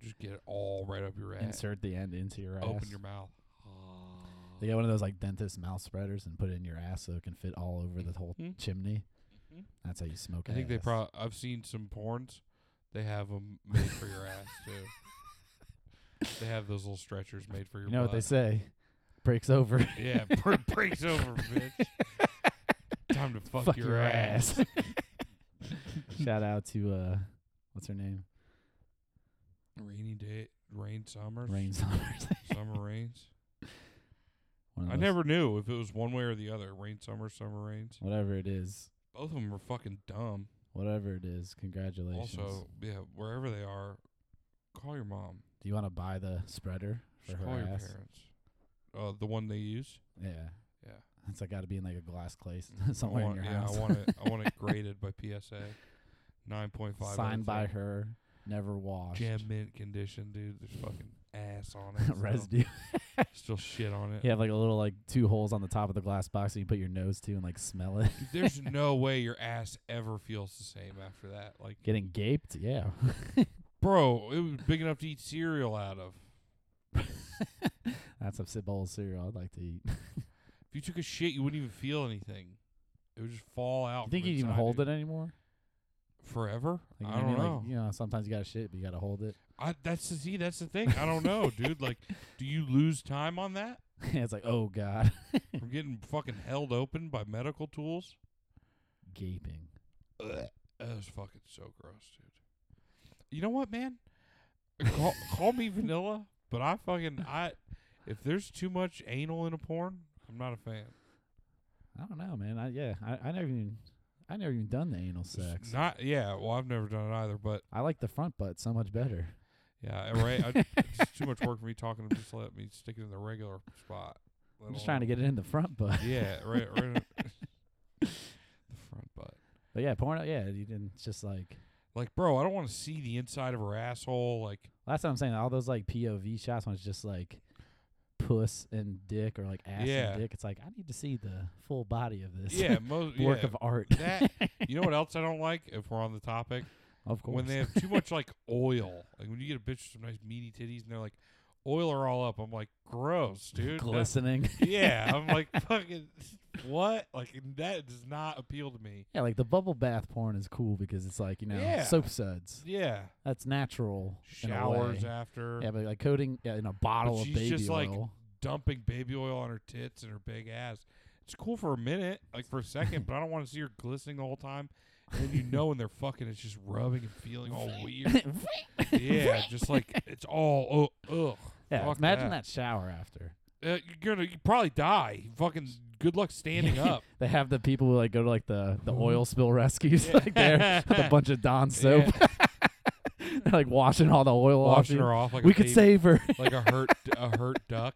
[SPEAKER 2] Just get it all right up your ass.
[SPEAKER 3] Insert the end into your ass.
[SPEAKER 2] Open your mouth.
[SPEAKER 3] They got one of those like dentist mouth spreaders and put it in your ass so it can fit all over the whole
[SPEAKER 2] Mhm.
[SPEAKER 3] chimney.
[SPEAKER 2] Mhm.
[SPEAKER 3] That's how you smoke.
[SPEAKER 2] I think they
[SPEAKER 3] ass.
[SPEAKER 2] probably. I've seen some porns. They have 'em made for your ass too.
[SPEAKER 3] <laughs>
[SPEAKER 2] They have those little stretchers made for your.
[SPEAKER 3] You know what they
[SPEAKER 2] butt.
[SPEAKER 3] say? Breaks over. <laughs>
[SPEAKER 2] Yeah, bre- breaks over, bitch. Time to fuck,
[SPEAKER 3] Fuck
[SPEAKER 2] your,
[SPEAKER 3] your
[SPEAKER 2] ass.
[SPEAKER 3] <laughs> Shout out to uh, what's her name?
[SPEAKER 2] Rainy day, rain, summers,
[SPEAKER 3] Rain Summers.
[SPEAKER 2] summer rains.
[SPEAKER 3] <laughs> One of
[SPEAKER 2] I
[SPEAKER 3] those-
[SPEAKER 2] never knew if it was one way or the other. Rain, summer, summer rains.
[SPEAKER 3] Whatever it is,
[SPEAKER 2] Both of them are fucking dumb.
[SPEAKER 3] whatever it is, congratulations.
[SPEAKER 2] Also, yeah, wherever they are, call your mom.
[SPEAKER 3] Do you want to buy the spreader for
[SPEAKER 2] Just
[SPEAKER 3] her
[SPEAKER 2] call your
[SPEAKER 3] ass?
[SPEAKER 2] parents. Uh, the one they use.
[SPEAKER 3] Yeah,
[SPEAKER 2] Yeah. Mm-hmm.
[SPEAKER 3] it's like got to be in like a glass case
[SPEAKER 2] I
[SPEAKER 3] <laughs> somewhere
[SPEAKER 2] want,
[SPEAKER 3] in your
[SPEAKER 2] yeah,
[SPEAKER 3] house.
[SPEAKER 2] I want it. I want
[SPEAKER 3] <laughs>
[SPEAKER 2] it graded by PSA. Nine point five.
[SPEAKER 3] Signed by her, never washed. <laughs>
[SPEAKER 2] Jam mint condition, dude. There's fucking ass on it.
[SPEAKER 3] residue.
[SPEAKER 2] Still, still shit on it.
[SPEAKER 3] You have like a little like two holes on the top of the glass box that you put your nose to and like smell it. <laughs>
[SPEAKER 2] Dude, There's no way your ass ever feels the same after that. Like,
[SPEAKER 3] Getting gaped, yeah. <laughs>
[SPEAKER 2] bro, it was big enough to eat cereal out of.
[SPEAKER 3] That's a sit bowl of cereal I'd like to eat. You
[SPEAKER 2] If you took a shit, you wouldn't even feel anything. It would just fall out.
[SPEAKER 3] think
[SPEAKER 2] from
[SPEAKER 3] you can even
[SPEAKER 2] inside
[SPEAKER 3] hold
[SPEAKER 2] you.
[SPEAKER 3] it anymore?
[SPEAKER 2] forever?
[SPEAKER 3] Like, you
[SPEAKER 2] I
[SPEAKER 3] know
[SPEAKER 2] don't
[SPEAKER 3] what mean?
[SPEAKER 2] know.
[SPEAKER 3] Like, you know, sometimes you gotta shit, but you gotta hold it. <laughs>
[SPEAKER 2] I that's the see. That's the thing. I don't know, dude. Like, do you lose time on
[SPEAKER 3] <laughs>
[SPEAKER 2] that
[SPEAKER 3] it's like, oh god, <laughs>
[SPEAKER 2] from getting fucking held open by medical tools?
[SPEAKER 3] gaping.
[SPEAKER 2] Ugh. That was fucking so gross, dude. You know what, man?
[SPEAKER 3] <laughs>
[SPEAKER 2] Call, call me vanilla, but I fucking I. If there's too much anal in a porn, I'm not a fan.
[SPEAKER 3] I don't know, man. I yeah, I, I never even, I never even done the anal
[SPEAKER 2] It's
[SPEAKER 3] sex.
[SPEAKER 2] Not yeah. Well, I've never done it either, but
[SPEAKER 3] I like the front butt so much better.
[SPEAKER 2] yeah, right.
[SPEAKER 3] <laughs>
[SPEAKER 2] I, it's just too much work for me talking. Just let me stick it in the regular spot. let
[SPEAKER 3] I'm just trying to
[SPEAKER 2] alone-
[SPEAKER 3] get it in the front butt.
[SPEAKER 2] Yeah, right, right. in- <laughs> the front butt.
[SPEAKER 3] <laughs> But yeah, porn. Yeah, you didn't. It's just like
[SPEAKER 2] Like, bro, I don't want to see the inside of her asshole. Like,
[SPEAKER 3] that's what I'm saying. All those like POV shots when it's just like puss and dick or like ass
[SPEAKER 2] Yeah.
[SPEAKER 3] and dick. It's like I need to see the full body of this. <laughs>
[SPEAKER 2] yeah, most
[SPEAKER 3] work
[SPEAKER 2] yeah,
[SPEAKER 3] of art.
[SPEAKER 2] that. You know what else I don't like? If we're on the topic,
[SPEAKER 3] <laughs> of course.
[SPEAKER 2] when they have too much like oil, like when you get a bitch with some nice meaty titties and they're like, oil her all up. I'm like,
[SPEAKER 3] <laughs>
[SPEAKER 2] gross, dude. that-
[SPEAKER 3] glistening.
[SPEAKER 2] <laughs> yeah,
[SPEAKER 3] <laughs>
[SPEAKER 2] I'm like, fucking what? Like that does not appeal to me.
[SPEAKER 3] yeah, like the bubble bath porn is cool because it's like you know
[SPEAKER 2] Yeah.
[SPEAKER 3] soap suds.
[SPEAKER 2] Yeah,
[SPEAKER 3] That's natural. in a way.
[SPEAKER 2] showers after.
[SPEAKER 3] Yeah, but like coating yeah, in a bottle of
[SPEAKER 2] she's
[SPEAKER 3] baby
[SPEAKER 2] just, like,
[SPEAKER 3] oil.
[SPEAKER 2] dumping baby oil on her tits and her big ass. It's cool for a minute, like for a
[SPEAKER 3] <laughs>
[SPEAKER 2] second, but I don't want to see her glistening the whole time. And then you know when they're fucking, it's just rubbing and feeling
[SPEAKER 3] <laughs>
[SPEAKER 2] all weird. yeah, just like it's all oh, ugh.
[SPEAKER 3] yeah,
[SPEAKER 2] fuck
[SPEAKER 3] imagine
[SPEAKER 2] that.
[SPEAKER 3] that shower after.
[SPEAKER 2] Uh, you're gonna you probably die. Fucking good luck standing up.
[SPEAKER 3] They have the people who like go to like the, the
[SPEAKER 2] Mm-hmm.
[SPEAKER 3] oil spill rescues <laughs> like there with a bunch of Dawn soap. <laughs> They're like washing all the oil off.
[SPEAKER 2] Washing
[SPEAKER 3] you.
[SPEAKER 2] her off like
[SPEAKER 3] we
[SPEAKER 2] a
[SPEAKER 3] could
[SPEAKER 2] baby- <laughs>
[SPEAKER 3] save her.
[SPEAKER 2] like a hurt a hurt
[SPEAKER 3] <laughs>
[SPEAKER 2] duck.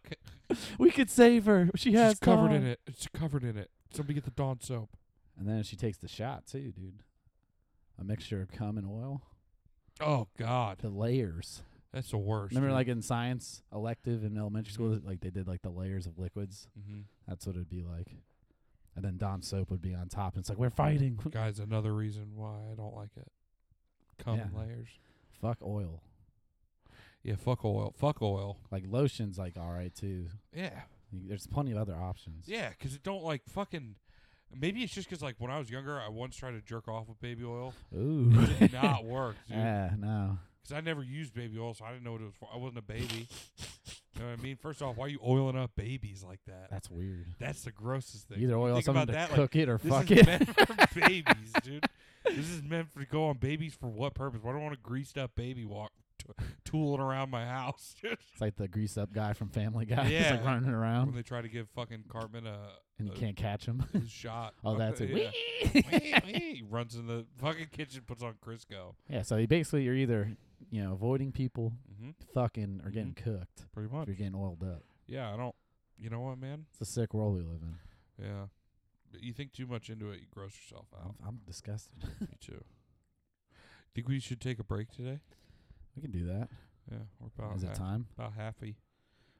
[SPEAKER 3] we could save her. She has
[SPEAKER 2] She's covered in
[SPEAKER 3] Dawn.
[SPEAKER 2] it. It's covered in it. Somebody get the Dawn soap.
[SPEAKER 3] And then she takes the shot too, dude. A mixture of cum and oil.
[SPEAKER 2] Oh God,
[SPEAKER 3] The layers.
[SPEAKER 2] that's the worst.
[SPEAKER 3] Remember, like in science elective in elementary school, like they did like the layers of liquids.
[SPEAKER 2] mm-hmm.
[SPEAKER 3] That's what it'd be like. And then Dawn soap would be on top, and it's like we're fighting.
[SPEAKER 2] guys, another reason why I don't like it. Come in
[SPEAKER 3] Yeah.
[SPEAKER 2] layers.
[SPEAKER 3] Fuck oil.
[SPEAKER 2] Yeah, fuck oil. Fuck oil.
[SPEAKER 3] Like lotion's like all right too.
[SPEAKER 2] Yeah,
[SPEAKER 3] You- There's plenty of other options.
[SPEAKER 2] yeah, because it don't like fucking. Maybe it's just because like when I was younger, I once tried to jerk off with baby oil.
[SPEAKER 3] Ooh.
[SPEAKER 2] It
[SPEAKER 3] <laughs>
[SPEAKER 2] did not work, dude.
[SPEAKER 3] yeah, no.
[SPEAKER 2] Because I never used baby oil, so I didn't know what it was for. I wasn't a baby. you know what I mean? First off, why are you oiling up babies like that?
[SPEAKER 3] That's weird.
[SPEAKER 2] That's the grossest thing.
[SPEAKER 3] Either
[SPEAKER 2] You
[SPEAKER 3] oil
[SPEAKER 2] think
[SPEAKER 3] someone
[SPEAKER 2] about
[SPEAKER 3] to
[SPEAKER 2] that, like,
[SPEAKER 3] cook it or
[SPEAKER 2] this
[SPEAKER 3] fuck
[SPEAKER 2] is
[SPEAKER 3] it.
[SPEAKER 2] meant for babies, dude. This is meant for go on babies for what purpose? Why do I want a greased up baby walk t- tooling around my house, <laughs> dude?
[SPEAKER 3] It's like the grease up guy from Family Guy. <laughs> He's like
[SPEAKER 2] Yeah.
[SPEAKER 3] running
[SPEAKER 2] when
[SPEAKER 3] around
[SPEAKER 2] they uh, try to give fucking Cartman a,
[SPEAKER 3] Um, and you
[SPEAKER 2] a-
[SPEAKER 3] can't catch him. <laughs>
[SPEAKER 2] a <laughs> shot.
[SPEAKER 3] Oh, that's it.
[SPEAKER 2] yeah.
[SPEAKER 3] Whee!
[SPEAKER 2] Wee, wee. He runs in the fucking kitchen, puts on Crisco.
[SPEAKER 3] Yeah, so you basically you're either, you know, avoiding people,
[SPEAKER 2] Mm-hmm.
[SPEAKER 3] fucking, or getting cooked
[SPEAKER 2] Pretty
[SPEAKER 3] if
[SPEAKER 2] much.
[SPEAKER 3] you're getting oiled up.
[SPEAKER 2] Yeah, I don't. You know what, man?
[SPEAKER 3] It's a sick world we live in.
[SPEAKER 2] Yeah. But You think too much into it, you gross yourself
[SPEAKER 3] I'm, <laughs>
[SPEAKER 2] out.
[SPEAKER 3] I'm disgusted.
[SPEAKER 2] Me too. Think we should take a break today?
[SPEAKER 3] we can do that.
[SPEAKER 2] Yeah, we're about
[SPEAKER 3] Is it
[SPEAKER 2] half,
[SPEAKER 3] time?
[SPEAKER 2] about halfy.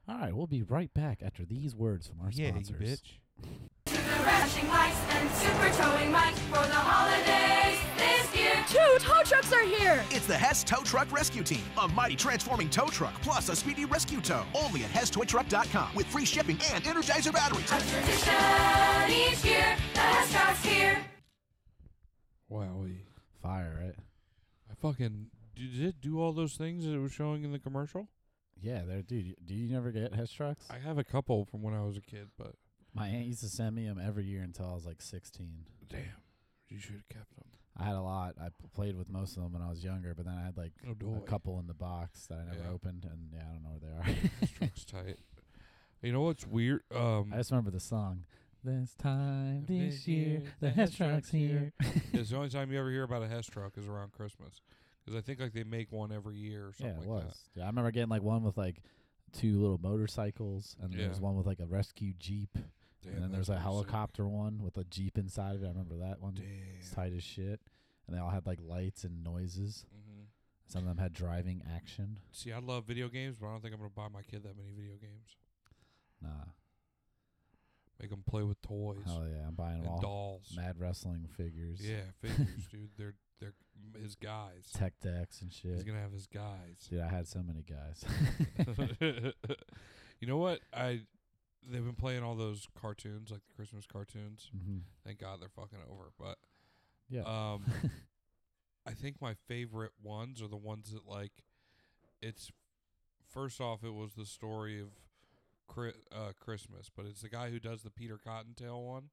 [SPEAKER 3] All right, we'll be right back after these words from our
[SPEAKER 2] Yeah, you
[SPEAKER 3] sponsors.
[SPEAKER 2] bitch.
[SPEAKER 5] The Rashing lights and super towing mics for the holidays this year. Two tow trucks are here.
[SPEAKER 7] It's the Hess Tow Truck Rescue Team, a mighty transforming tow truck plus a speedy rescue tow. Only at HessTowTruck.com with free shipping and Energizer batteries.
[SPEAKER 5] A tradition each year. The Hess trucks here.
[SPEAKER 2] Wowie.
[SPEAKER 3] Fire, right?
[SPEAKER 2] I fucking did it do all those things that it was showing in the commercial?
[SPEAKER 3] Yeah, there, dude. y- Do you never get Hess trucks?
[SPEAKER 2] I have a couple from when I was a kid, but
[SPEAKER 3] My aunt used to send me 'em every year until I was like 16.
[SPEAKER 2] damn, you should have kept them.
[SPEAKER 3] <laughs> I had a lot. I p- played with most of them when I was younger, but then I had like
[SPEAKER 2] Oh,
[SPEAKER 3] a
[SPEAKER 2] doy.
[SPEAKER 3] couple in the box that I never
[SPEAKER 2] Yeah.
[SPEAKER 3] opened, and yeah, I don't know
[SPEAKER 2] <laughs>
[SPEAKER 3] where they are.
[SPEAKER 2] This truck's tight. You know what's weird? Um,
[SPEAKER 3] I just remember the song. This time
[SPEAKER 2] The
[SPEAKER 3] this
[SPEAKER 2] big
[SPEAKER 3] year,
[SPEAKER 2] year,
[SPEAKER 3] the Hess truck's here.
[SPEAKER 2] <laughs> it's the only time you ever hear about a Hess truck is around Christmas, because I think like they make one every year or
[SPEAKER 3] yeah,
[SPEAKER 2] something
[SPEAKER 3] it
[SPEAKER 2] like
[SPEAKER 3] was. Yeah, I remember getting like one with like two little motorcycles, and there was
[SPEAKER 2] Yeah.
[SPEAKER 3] one with like a rescue jeep,
[SPEAKER 2] that.
[SPEAKER 3] and then there's a helicopter one with a jeep inside of it. I remember that one. It's tight as shit, and they all had like lights and noises.
[SPEAKER 2] Mm-hmm.
[SPEAKER 3] Some of them had driving action.
[SPEAKER 2] See, I love video games, but I don't think I'm gonna buy my kid that many video games.
[SPEAKER 3] Nah,
[SPEAKER 2] Make him play with toys
[SPEAKER 3] hell yeah, I'm buying
[SPEAKER 2] and
[SPEAKER 3] them all.
[SPEAKER 2] dolls.
[SPEAKER 3] Mad wrestling figures.
[SPEAKER 2] Yeah, figures, dude. They're they're his guys.
[SPEAKER 3] tech decks and shit.
[SPEAKER 2] He's gonna have his guys.
[SPEAKER 3] Dude, I had so
[SPEAKER 2] <laughs>
[SPEAKER 3] many guys.
[SPEAKER 2] you know what? I they've been playing all those cartoons, like the Christmas cartoons.
[SPEAKER 3] Mhm.
[SPEAKER 2] Thank God they're fucking over. But
[SPEAKER 3] Yeah. <laughs>
[SPEAKER 2] um, I think my favorite ones are the ones that like it's first off it was the story of Chri- uh, Christmas, but it's the guy who does the Peter Cottontail one.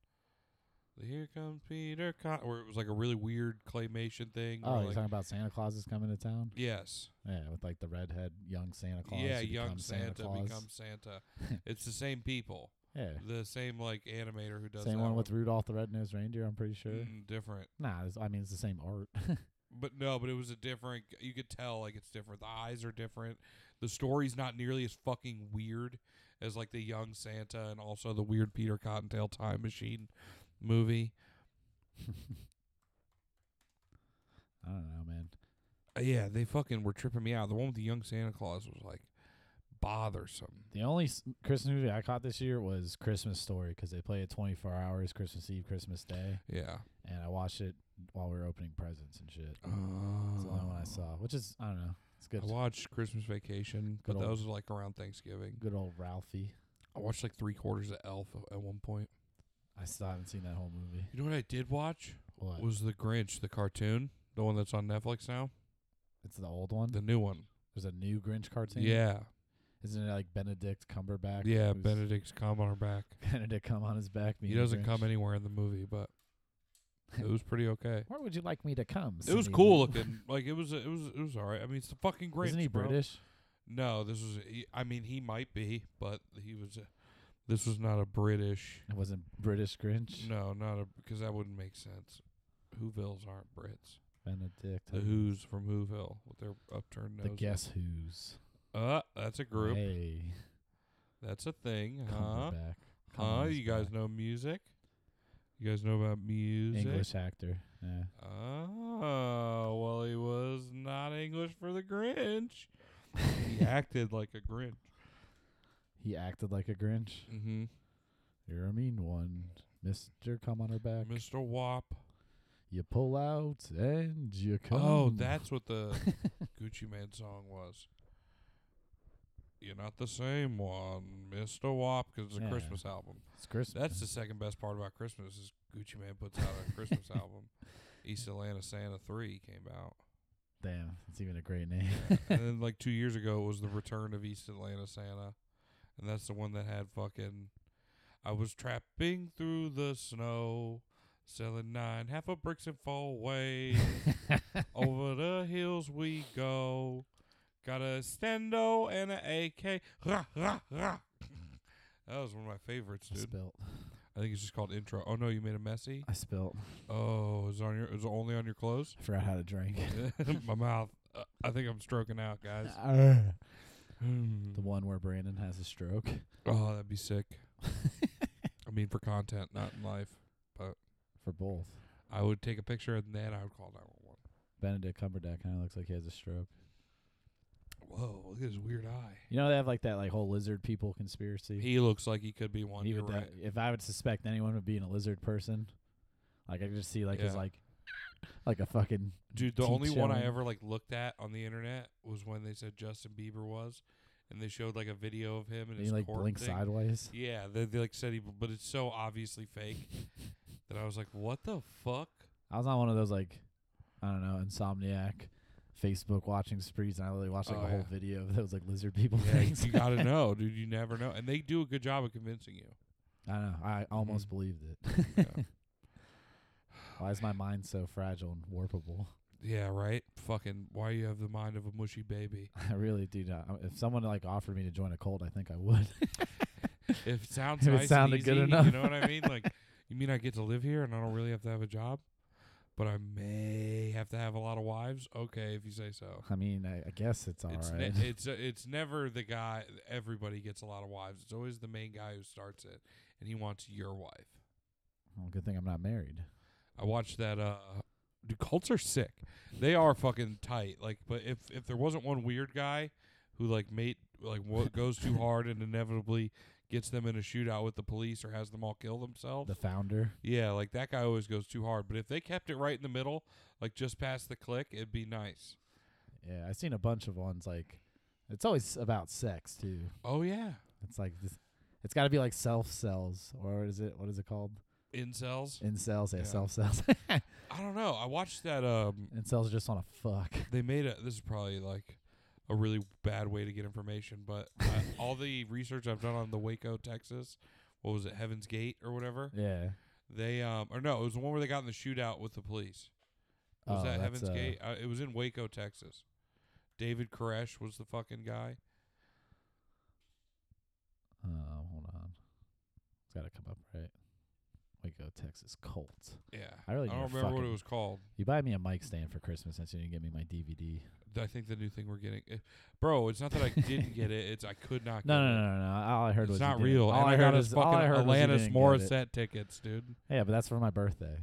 [SPEAKER 2] The Here comes Peter Cotton, where it was like a really weird claymation thing.
[SPEAKER 3] oh,
[SPEAKER 2] where,
[SPEAKER 3] you're
[SPEAKER 2] like-
[SPEAKER 3] talking about Santa Claus is coming to town?
[SPEAKER 2] yes,
[SPEAKER 3] Yeah, with like the redhead young Santa Claus.
[SPEAKER 2] yeah,
[SPEAKER 3] who
[SPEAKER 2] young
[SPEAKER 3] becomes Santa,
[SPEAKER 2] Santa,
[SPEAKER 3] Claus.
[SPEAKER 2] becomes Santa. it's the same people,
[SPEAKER 3] yeah.
[SPEAKER 2] the same like animator who does
[SPEAKER 3] <laughs> Same
[SPEAKER 2] that
[SPEAKER 3] one with Rudolph the Red-Nosed Reindeer, I'm pretty sure.
[SPEAKER 2] Mm, different.
[SPEAKER 3] Nah, it's, I mean it's the same art. <laughs>
[SPEAKER 2] But no, but it was a different. You could tell like it's different. The eyes are different. The story's not nearly as fucking weird as like the young Santa and also the weird Peter Cottontail time machine movie.
[SPEAKER 3] I don't know, man.
[SPEAKER 2] Uh, yeah, they fucking were tripping me out. The one with the young Santa Claus was like bothersome.
[SPEAKER 3] The only s- Christmas movie I caught this year was Christmas Story because they play it 24 hours, Christmas Eve, Christmas Day,
[SPEAKER 2] Yeah.
[SPEAKER 3] and I watched it while we were opening presents and shit. It's the only one I saw, which is I don't know. It's good.
[SPEAKER 2] Oh. I watched Christmas Vacation, but
[SPEAKER 3] Good old-
[SPEAKER 2] those are like around Thanksgiving.
[SPEAKER 3] good old Ralphie.
[SPEAKER 2] I watched like three quarters of Elf a- at one point.
[SPEAKER 3] I still haven't seen that whole movie.
[SPEAKER 2] You know what I did watch
[SPEAKER 3] What?
[SPEAKER 2] was the Grinch, the cartoon, the one that's on Netflix now,
[SPEAKER 3] It's the old one.
[SPEAKER 2] the new one.
[SPEAKER 3] There's a new Grinch cartoon.
[SPEAKER 2] Yeah.
[SPEAKER 3] Isn't it like Benedict Cumberbatch?
[SPEAKER 2] Yeah,
[SPEAKER 3] who's-
[SPEAKER 2] Benedict's come on her back.
[SPEAKER 3] <laughs> Benedict come on his back.
[SPEAKER 2] He doesn't come anywhere in the movie, but it was pretty
[SPEAKER 3] <laughs>
[SPEAKER 2] okay.
[SPEAKER 3] Where would you like me to come?
[SPEAKER 2] It was
[SPEAKER 3] Cindy
[SPEAKER 2] cool
[SPEAKER 3] Lou?" <laughs>
[SPEAKER 2] looking. Like it was, it was, it was all right. I mean, it's the fucking Grinch.
[SPEAKER 3] Isn't he
[SPEAKER 2] bro.
[SPEAKER 3] British?
[SPEAKER 2] No, this was. he- I mean, he might be, but he was. A, This was not a British.
[SPEAKER 3] It wasn't British Grinch.
[SPEAKER 2] No, not a because that wouldn't make sense. Whovilles aren't Brits.
[SPEAKER 3] Benedict.
[SPEAKER 2] The Who's from Whoville with their upturned
[SPEAKER 3] The
[SPEAKER 2] nose.
[SPEAKER 3] Guess Who's.
[SPEAKER 2] Uh, that's a group.
[SPEAKER 3] Hey,
[SPEAKER 2] That's a thing, huh?
[SPEAKER 3] Cumberbatch.
[SPEAKER 2] Huh?
[SPEAKER 3] Cumberbatch.
[SPEAKER 2] You guys know music? You guys know about music?
[SPEAKER 3] English actor. Yeah.
[SPEAKER 2] Oh, well, he was not English for the Grinch. he acted like a Grinch.
[SPEAKER 3] He acted like a Grinch.
[SPEAKER 2] Mm-hmm.
[SPEAKER 3] You're a mean one, Mister. Come on her back.
[SPEAKER 2] Mr. Wop.
[SPEAKER 3] You pull out and you come.
[SPEAKER 2] Oh, that's what the
[SPEAKER 3] <laughs>
[SPEAKER 2] Gucci Man song was. You're not the same one, Mr. Wop, 'cause it's a
[SPEAKER 3] Yeah.
[SPEAKER 2] Christmas album.
[SPEAKER 3] It's Christmas.
[SPEAKER 2] That's the second best part about Christmas is Gucci Man puts out a
[SPEAKER 3] <laughs>
[SPEAKER 2] Christmas album. East Atlanta Santa 3 came out.
[SPEAKER 3] Damn, it's even a
[SPEAKER 2] <laughs>
[SPEAKER 3] great name.
[SPEAKER 2] and then like two years ago it was the return of East Atlanta Santa, and that's the one that had fucking. I was trapping through the snow, selling nine half a bricks and four ways. Over the hills we go. Got a stendo and an AK. Rah, rah, rah. that was one of my favorites,
[SPEAKER 3] I
[SPEAKER 2] dude.
[SPEAKER 3] spilt.
[SPEAKER 2] I think it's just called intro. Oh no, you made a messy.
[SPEAKER 3] I spilt.
[SPEAKER 2] Oh, is it on your? Is it only on your clothes? <laughs>
[SPEAKER 3] I forgot how to drink.
[SPEAKER 2] my mouth. Uh, I think I'm stroking out,
[SPEAKER 3] <laughs>
[SPEAKER 2] guys. <laughs>
[SPEAKER 3] Arr. the one where Brandon has a stroke.
[SPEAKER 2] Oh, that'd be
[SPEAKER 3] <laughs>
[SPEAKER 2] sick. I mean, for content, not in life.
[SPEAKER 3] For both,
[SPEAKER 2] I would take a picture and then I would call 911.
[SPEAKER 3] Benedict Cumberbatch kind of looks like he has a stroke.
[SPEAKER 2] Whoa, look at his weird eye.
[SPEAKER 3] You know they have like that like whole lizard people conspiracy.
[SPEAKER 2] He looks like he could be one.
[SPEAKER 3] He
[SPEAKER 2] You're
[SPEAKER 3] would
[SPEAKER 2] right.
[SPEAKER 3] de- if I would suspect anyone would be in a lizard person, like I could just see like his
[SPEAKER 2] Yeah.
[SPEAKER 3] like like a fucking
[SPEAKER 2] Dude, the
[SPEAKER 3] teeth
[SPEAKER 2] only one I
[SPEAKER 3] showing.
[SPEAKER 2] ever like looked at on the internet was when they said Justin Bieber was, and they showed like a video of him and
[SPEAKER 3] and
[SPEAKER 2] <laughs>
[SPEAKER 3] he
[SPEAKER 2] his
[SPEAKER 3] like
[SPEAKER 2] court
[SPEAKER 3] blinks
[SPEAKER 2] thing.
[SPEAKER 3] sideways.
[SPEAKER 2] Yeah, they, they like said he, but it's so obviously fake
[SPEAKER 3] <laughs>
[SPEAKER 2] that I was like, what the fuck?
[SPEAKER 3] I was on one of those like I don't know insomniac Facebook watching sprees, and I literally watched like
[SPEAKER 2] Oh,
[SPEAKER 3] a whole
[SPEAKER 2] yeah.
[SPEAKER 3] video of those like lizard people
[SPEAKER 2] Yeah,
[SPEAKER 3] <laughs> things.
[SPEAKER 2] you gotta know, dude. You never know, and they do a good job of convincing you.
[SPEAKER 3] I don't know. I almost
[SPEAKER 2] Mhm.
[SPEAKER 3] believed it.
[SPEAKER 2] Yeah.
[SPEAKER 3] <laughs> Why is my mind so fragile and warpable? <laughs>
[SPEAKER 2] Yeah, right. Fucking, why you have the mind of a mushy baby?
[SPEAKER 3] I really do not. If someone like offered me to join a cult, I think I would. <laughs>
[SPEAKER 2] If it sounds
[SPEAKER 3] If it
[SPEAKER 2] nice and
[SPEAKER 3] sounded good
[SPEAKER 2] easy,
[SPEAKER 3] enough.
[SPEAKER 2] you know what I mean?
[SPEAKER 3] <laughs>
[SPEAKER 2] Like, you mean I get to live here and I don't really have to have a job, but I may have to have a lot of wives. Okay, if you say so.
[SPEAKER 3] I mean, I, I guess it's all right.
[SPEAKER 2] it's ne- it's uh, it's never the guy. Everybody gets a lot of wives. It's always the main guy who starts it, and he wants your wife.
[SPEAKER 3] well, <laughs> good thing I'm not married.
[SPEAKER 2] I watched that. uh Dude, cults are sick. They are fucking tight. Like, but if if there wasn't one weird guy who like made like what goes
[SPEAKER 3] <laughs>
[SPEAKER 2] too hard and inevitably gets them in a shootout with the police or has them all kill themselves.
[SPEAKER 3] The founder.
[SPEAKER 2] yeah, like that guy always goes too hard. But if they kept it right in the middle, like just past the click, it'd be nice.
[SPEAKER 3] Yeah, I've seen a bunch of ones like. It's always about sex too.
[SPEAKER 2] Oh yeah,
[SPEAKER 3] It's like this. It's got to be like self cells, or is it what is it called?
[SPEAKER 2] incels.
[SPEAKER 3] Incels, yeah,
[SPEAKER 2] Yeah.
[SPEAKER 3] self cells. <laughs>
[SPEAKER 2] I don't know. I watched that. Um,
[SPEAKER 3] Incels just want to fuck.
[SPEAKER 2] they made a. This is probably like a really bad way to get information, but <laughs> uh, all the research I've done on the Waco, Texas, what was it, Heaven's Gate or whatever.
[SPEAKER 3] Yeah.
[SPEAKER 2] They um or no, it was the one where they got in the shootout with the police. Was
[SPEAKER 3] Oh,
[SPEAKER 2] that
[SPEAKER 3] that's,
[SPEAKER 2] Heaven's
[SPEAKER 3] uh,
[SPEAKER 2] Gate? Uh, it was in Waco, Texas. David Koresh was the fucking guy.
[SPEAKER 3] Uh, hold on. It's got to come up right. Waco, Texas cult.
[SPEAKER 2] Yeah,
[SPEAKER 3] I really
[SPEAKER 2] don't
[SPEAKER 3] need a
[SPEAKER 2] remember what it
[SPEAKER 3] fucking-
[SPEAKER 2] was called.
[SPEAKER 3] You buy me a mic stand for Christmas since you didn't get me my DVD.
[SPEAKER 2] Th- I think the new thing we're getting, eh, bro. It's not that I didn't get it. It's I could not.
[SPEAKER 3] <laughs> No,
[SPEAKER 2] get
[SPEAKER 3] no,
[SPEAKER 2] it.
[SPEAKER 3] no, no, no. All I heard
[SPEAKER 2] It's
[SPEAKER 3] was you
[SPEAKER 2] not
[SPEAKER 3] didn't.
[SPEAKER 2] real. and
[SPEAKER 3] All I,
[SPEAKER 2] I
[SPEAKER 3] heard
[SPEAKER 2] got us
[SPEAKER 3] was
[SPEAKER 2] fucking
[SPEAKER 3] all I heard was you
[SPEAKER 2] Alanis
[SPEAKER 3] didn't get it.
[SPEAKER 2] Morissette tickets, dude.
[SPEAKER 3] Yeah, but that's for my birthday.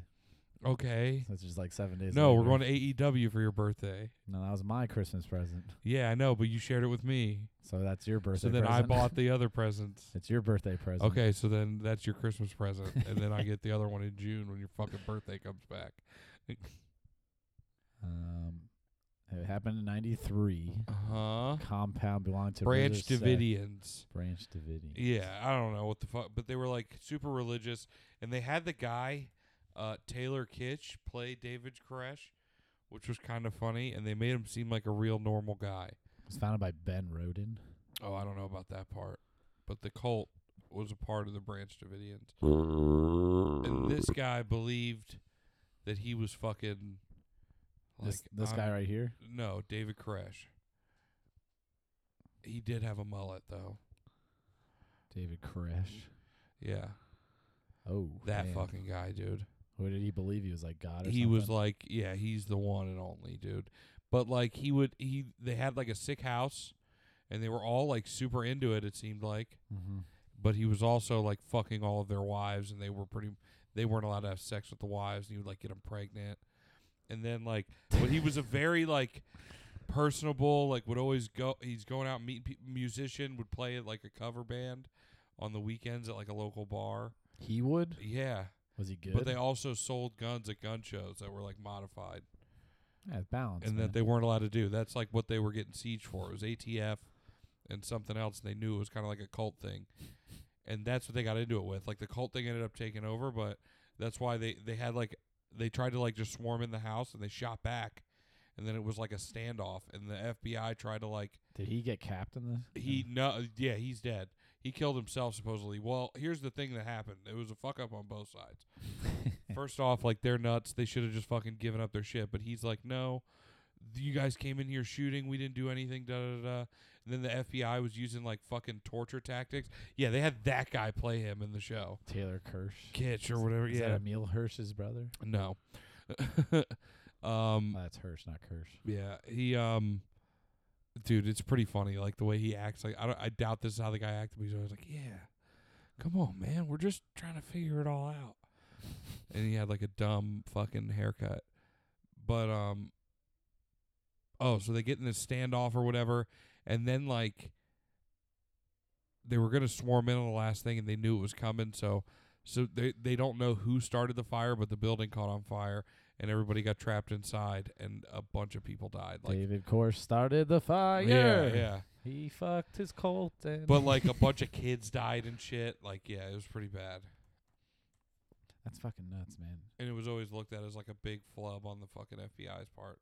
[SPEAKER 2] Okay.
[SPEAKER 3] So it's just like seven days.
[SPEAKER 2] No, we're
[SPEAKER 3] later.
[SPEAKER 2] going to AEW for your birthday.
[SPEAKER 3] No, that was my Christmas present.
[SPEAKER 2] Yeah, I know, but you shared it with me.
[SPEAKER 3] So that's your
[SPEAKER 2] so
[SPEAKER 3] birthday.
[SPEAKER 2] then I
[SPEAKER 3] present.
[SPEAKER 2] bought the other presents.
[SPEAKER 3] <laughs> It's your <laughs> birthday present.
[SPEAKER 2] Okay, so then that's your Christmas present, and then I get the
[SPEAKER 3] <laughs>
[SPEAKER 2] other one in June when your fucking birthday comes back.
[SPEAKER 3] Um, it happened in '93.
[SPEAKER 2] Uh huh.
[SPEAKER 3] Compound belonged to
[SPEAKER 2] Branch
[SPEAKER 3] British sect-
[SPEAKER 2] Davidians.
[SPEAKER 3] Branch Davidian.
[SPEAKER 2] Yeah, I don't know what the fuck, but they were like super religious, and they had the guy, uh, Taylor Kitsch, play David Koresh, which was kind of funny, and they made him seem like a real normal guy.
[SPEAKER 3] It was founded by Ben Roden.
[SPEAKER 2] Oh, I don't know about that part, but the cult was a part of the Branch Davidians, and this guy believed that he was fucking. Like, uh,
[SPEAKER 3] this this
[SPEAKER 2] I'm-
[SPEAKER 3] guy right here.
[SPEAKER 2] No, David Koresh. He did have a mullet though.
[SPEAKER 3] David Koresh.
[SPEAKER 2] Yeah,
[SPEAKER 3] Oh,
[SPEAKER 2] that
[SPEAKER 3] man.
[SPEAKER 2] fucking guy, dude.
[SPEAKER 3] Who did he believe he was like God? Or
[SPEAKER 2] he was
[SPEAKER 3] something?
[SPEAKER 2] like, yeah, he's the one and only, dude. But like he would he they had like a sick house and they were all like super into it it seemed like.
[SPEAKER 3] Mhm.
[SPEAKER 2] But he was also like fucking all of their wives and they were pretty they weren't allowed to have sex with the wives and he would like get them pregnant. And then like but he was a very like personable like would always go he's going out and meeting pe- musician would play at like a cover band on the weekends at like a local bar.
[SPEAKER 3] he would.
[SPEAKER 2] Yeah.
[SPEAKER 3] Was he good?
[SPEAKER 2] But they also sold guns at gun shows that were like modified
[SPEAKER 3] yeah, balance.
[SPEAKER 2] and
[SPEAKER 3] man.
[SPEAKER 2] that they weren't allowed to do. That's like what they were getting sieged for. It was ATF and something else. And they knew it was kind of like a cult thing, and that's what they got into it with. Like the cult thing ended up taking over, but that's why they they had like they tried to like just swarm in the house and they shot back, and then it was like a standoff. And the FBI tried to like
[SPEAKER 3] did he get capped in this?
[SPEAKER 2] he no yeah he's dead. He killed himself supposedly. Well, here's the thing that happened. It was a fuck up on both sides.
[SPEAKER 3] <laughs>
[SPEAKER 2] First off, like they're nuts. They should have just fucking given up their shit. But he's like, no, th- you guys came in here shooting. We didn't do anything. Da da da, da. And then the FBI was using like fucking torture tactics. Yeah, they had that guy play him in the show,
[SPEAKER 3] Taylor Kirsch.
[SPEAKER 2] Kitch or whatever.
[SPEAKER 3] Is
[SPEAKER 2] Yeah,
[SPEAKER 3] that Emil Hirsch's brother?
[SPEAKER 2] no. <laughs> um,
[SPEAKER 3] Oh, that's Hirsch, not Kirsch.
[SPEAKER 2] yeah, he um, dude, it's pretty funny. Like the way he acts. Like I don't, I doubt this is how the guy acted. But he's always like, yeah, come on, man, we're just trying to figure it all out. And he had like a dumb fucking haircut, but um, oh, so they get in this standoff or whatever, and then like they were gonna swarm in on the last thing, and they knew it was coming, so. So they they don't know who started the fire, but the building caught on fire, and everybody got trapped inside, and a bunch of people died. Like
[SPEAKER 3] David Koresh started the fire.
[SPEAKER 2] yeah, yeah.
[SPEAKER 3] He fucked his colt. And
[SPEAKER 2] But
[SPEAKER 3] <laughs>
[SPEAKER 2] like uh, a bunch of kids died and shit. Like yeah, it was pretty bad,
[SPEAKER 3] that's fucking nuts, man.
[SPEAKER 2] and it was always looked at as like a big flub on the fucking FBI's part,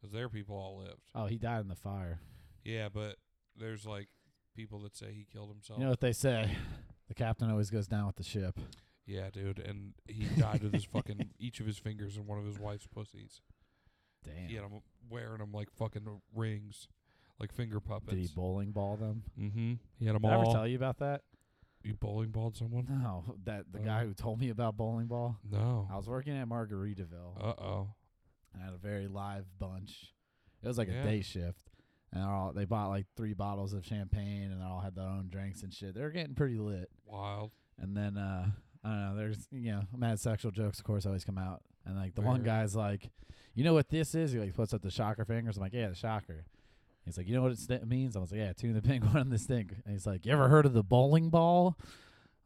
[SPEAKER 2] because their people all lived.
[SPEAKER 3] Oh, he died in the fire.
[SPEAKER 2] Yeah, but there's like people that say he killed himself.
[SPEAKER 3] You know what they say? The captain always goes down with the ship.
[SPEAKER 2] yeah, dude, and he died with his fucking
[SPEAKER 3] <laughs>
[SPEAKER 2] each of his fingers and one of his wife's pussies.
[SPEAKER 3] Damn.
[SPEAKER 2] He had 'em wearing them like fucking rings, like finger puppets.
[SPEAKER 3] Did he bowling ball them?
[SPEAKER 2] mm-hmm. He had 'em
[SPEAKER 3] Did I ever
[SPEAKER 2] all.
[SPEAKER 3] tell you about that?
[SPEAKER 2] You bowling balled someone?
[SPEAKER 3] No, that the
[SPEAKER 2] Oh.
[SPEAKER 3] guy who told me about bowling ball.
[SPEAKER 2] No.
[SPEAKER 3] I was working at Margaritaville.
[SPEAKER 2] Uh oh.
[SPEAKER 3] and had a very live bunch. It was like
[SPEAKER 2] Yeah.
[SPEAKER 3] a day shift, and they're all they bought like three bottles of champagne, and they all had their own drinks and shit. They were getting pretty lit.
[SPEAKER 2] Wild.
[SPEAKER 3] And then uh I don't know, there's you know, mad sexual jokes of course always come out. And like the one
[SPEAKER 2] Right.
[SPEAKER 3] guy's like, You know what this is? He like puts up the shocker fingers. I'm like, Yeah, the shocker. He's like, You know what it st- means? I was like, Yeah, tune the <laughs> penguin on this thing. And he's like, You ever heard of the bowling ball?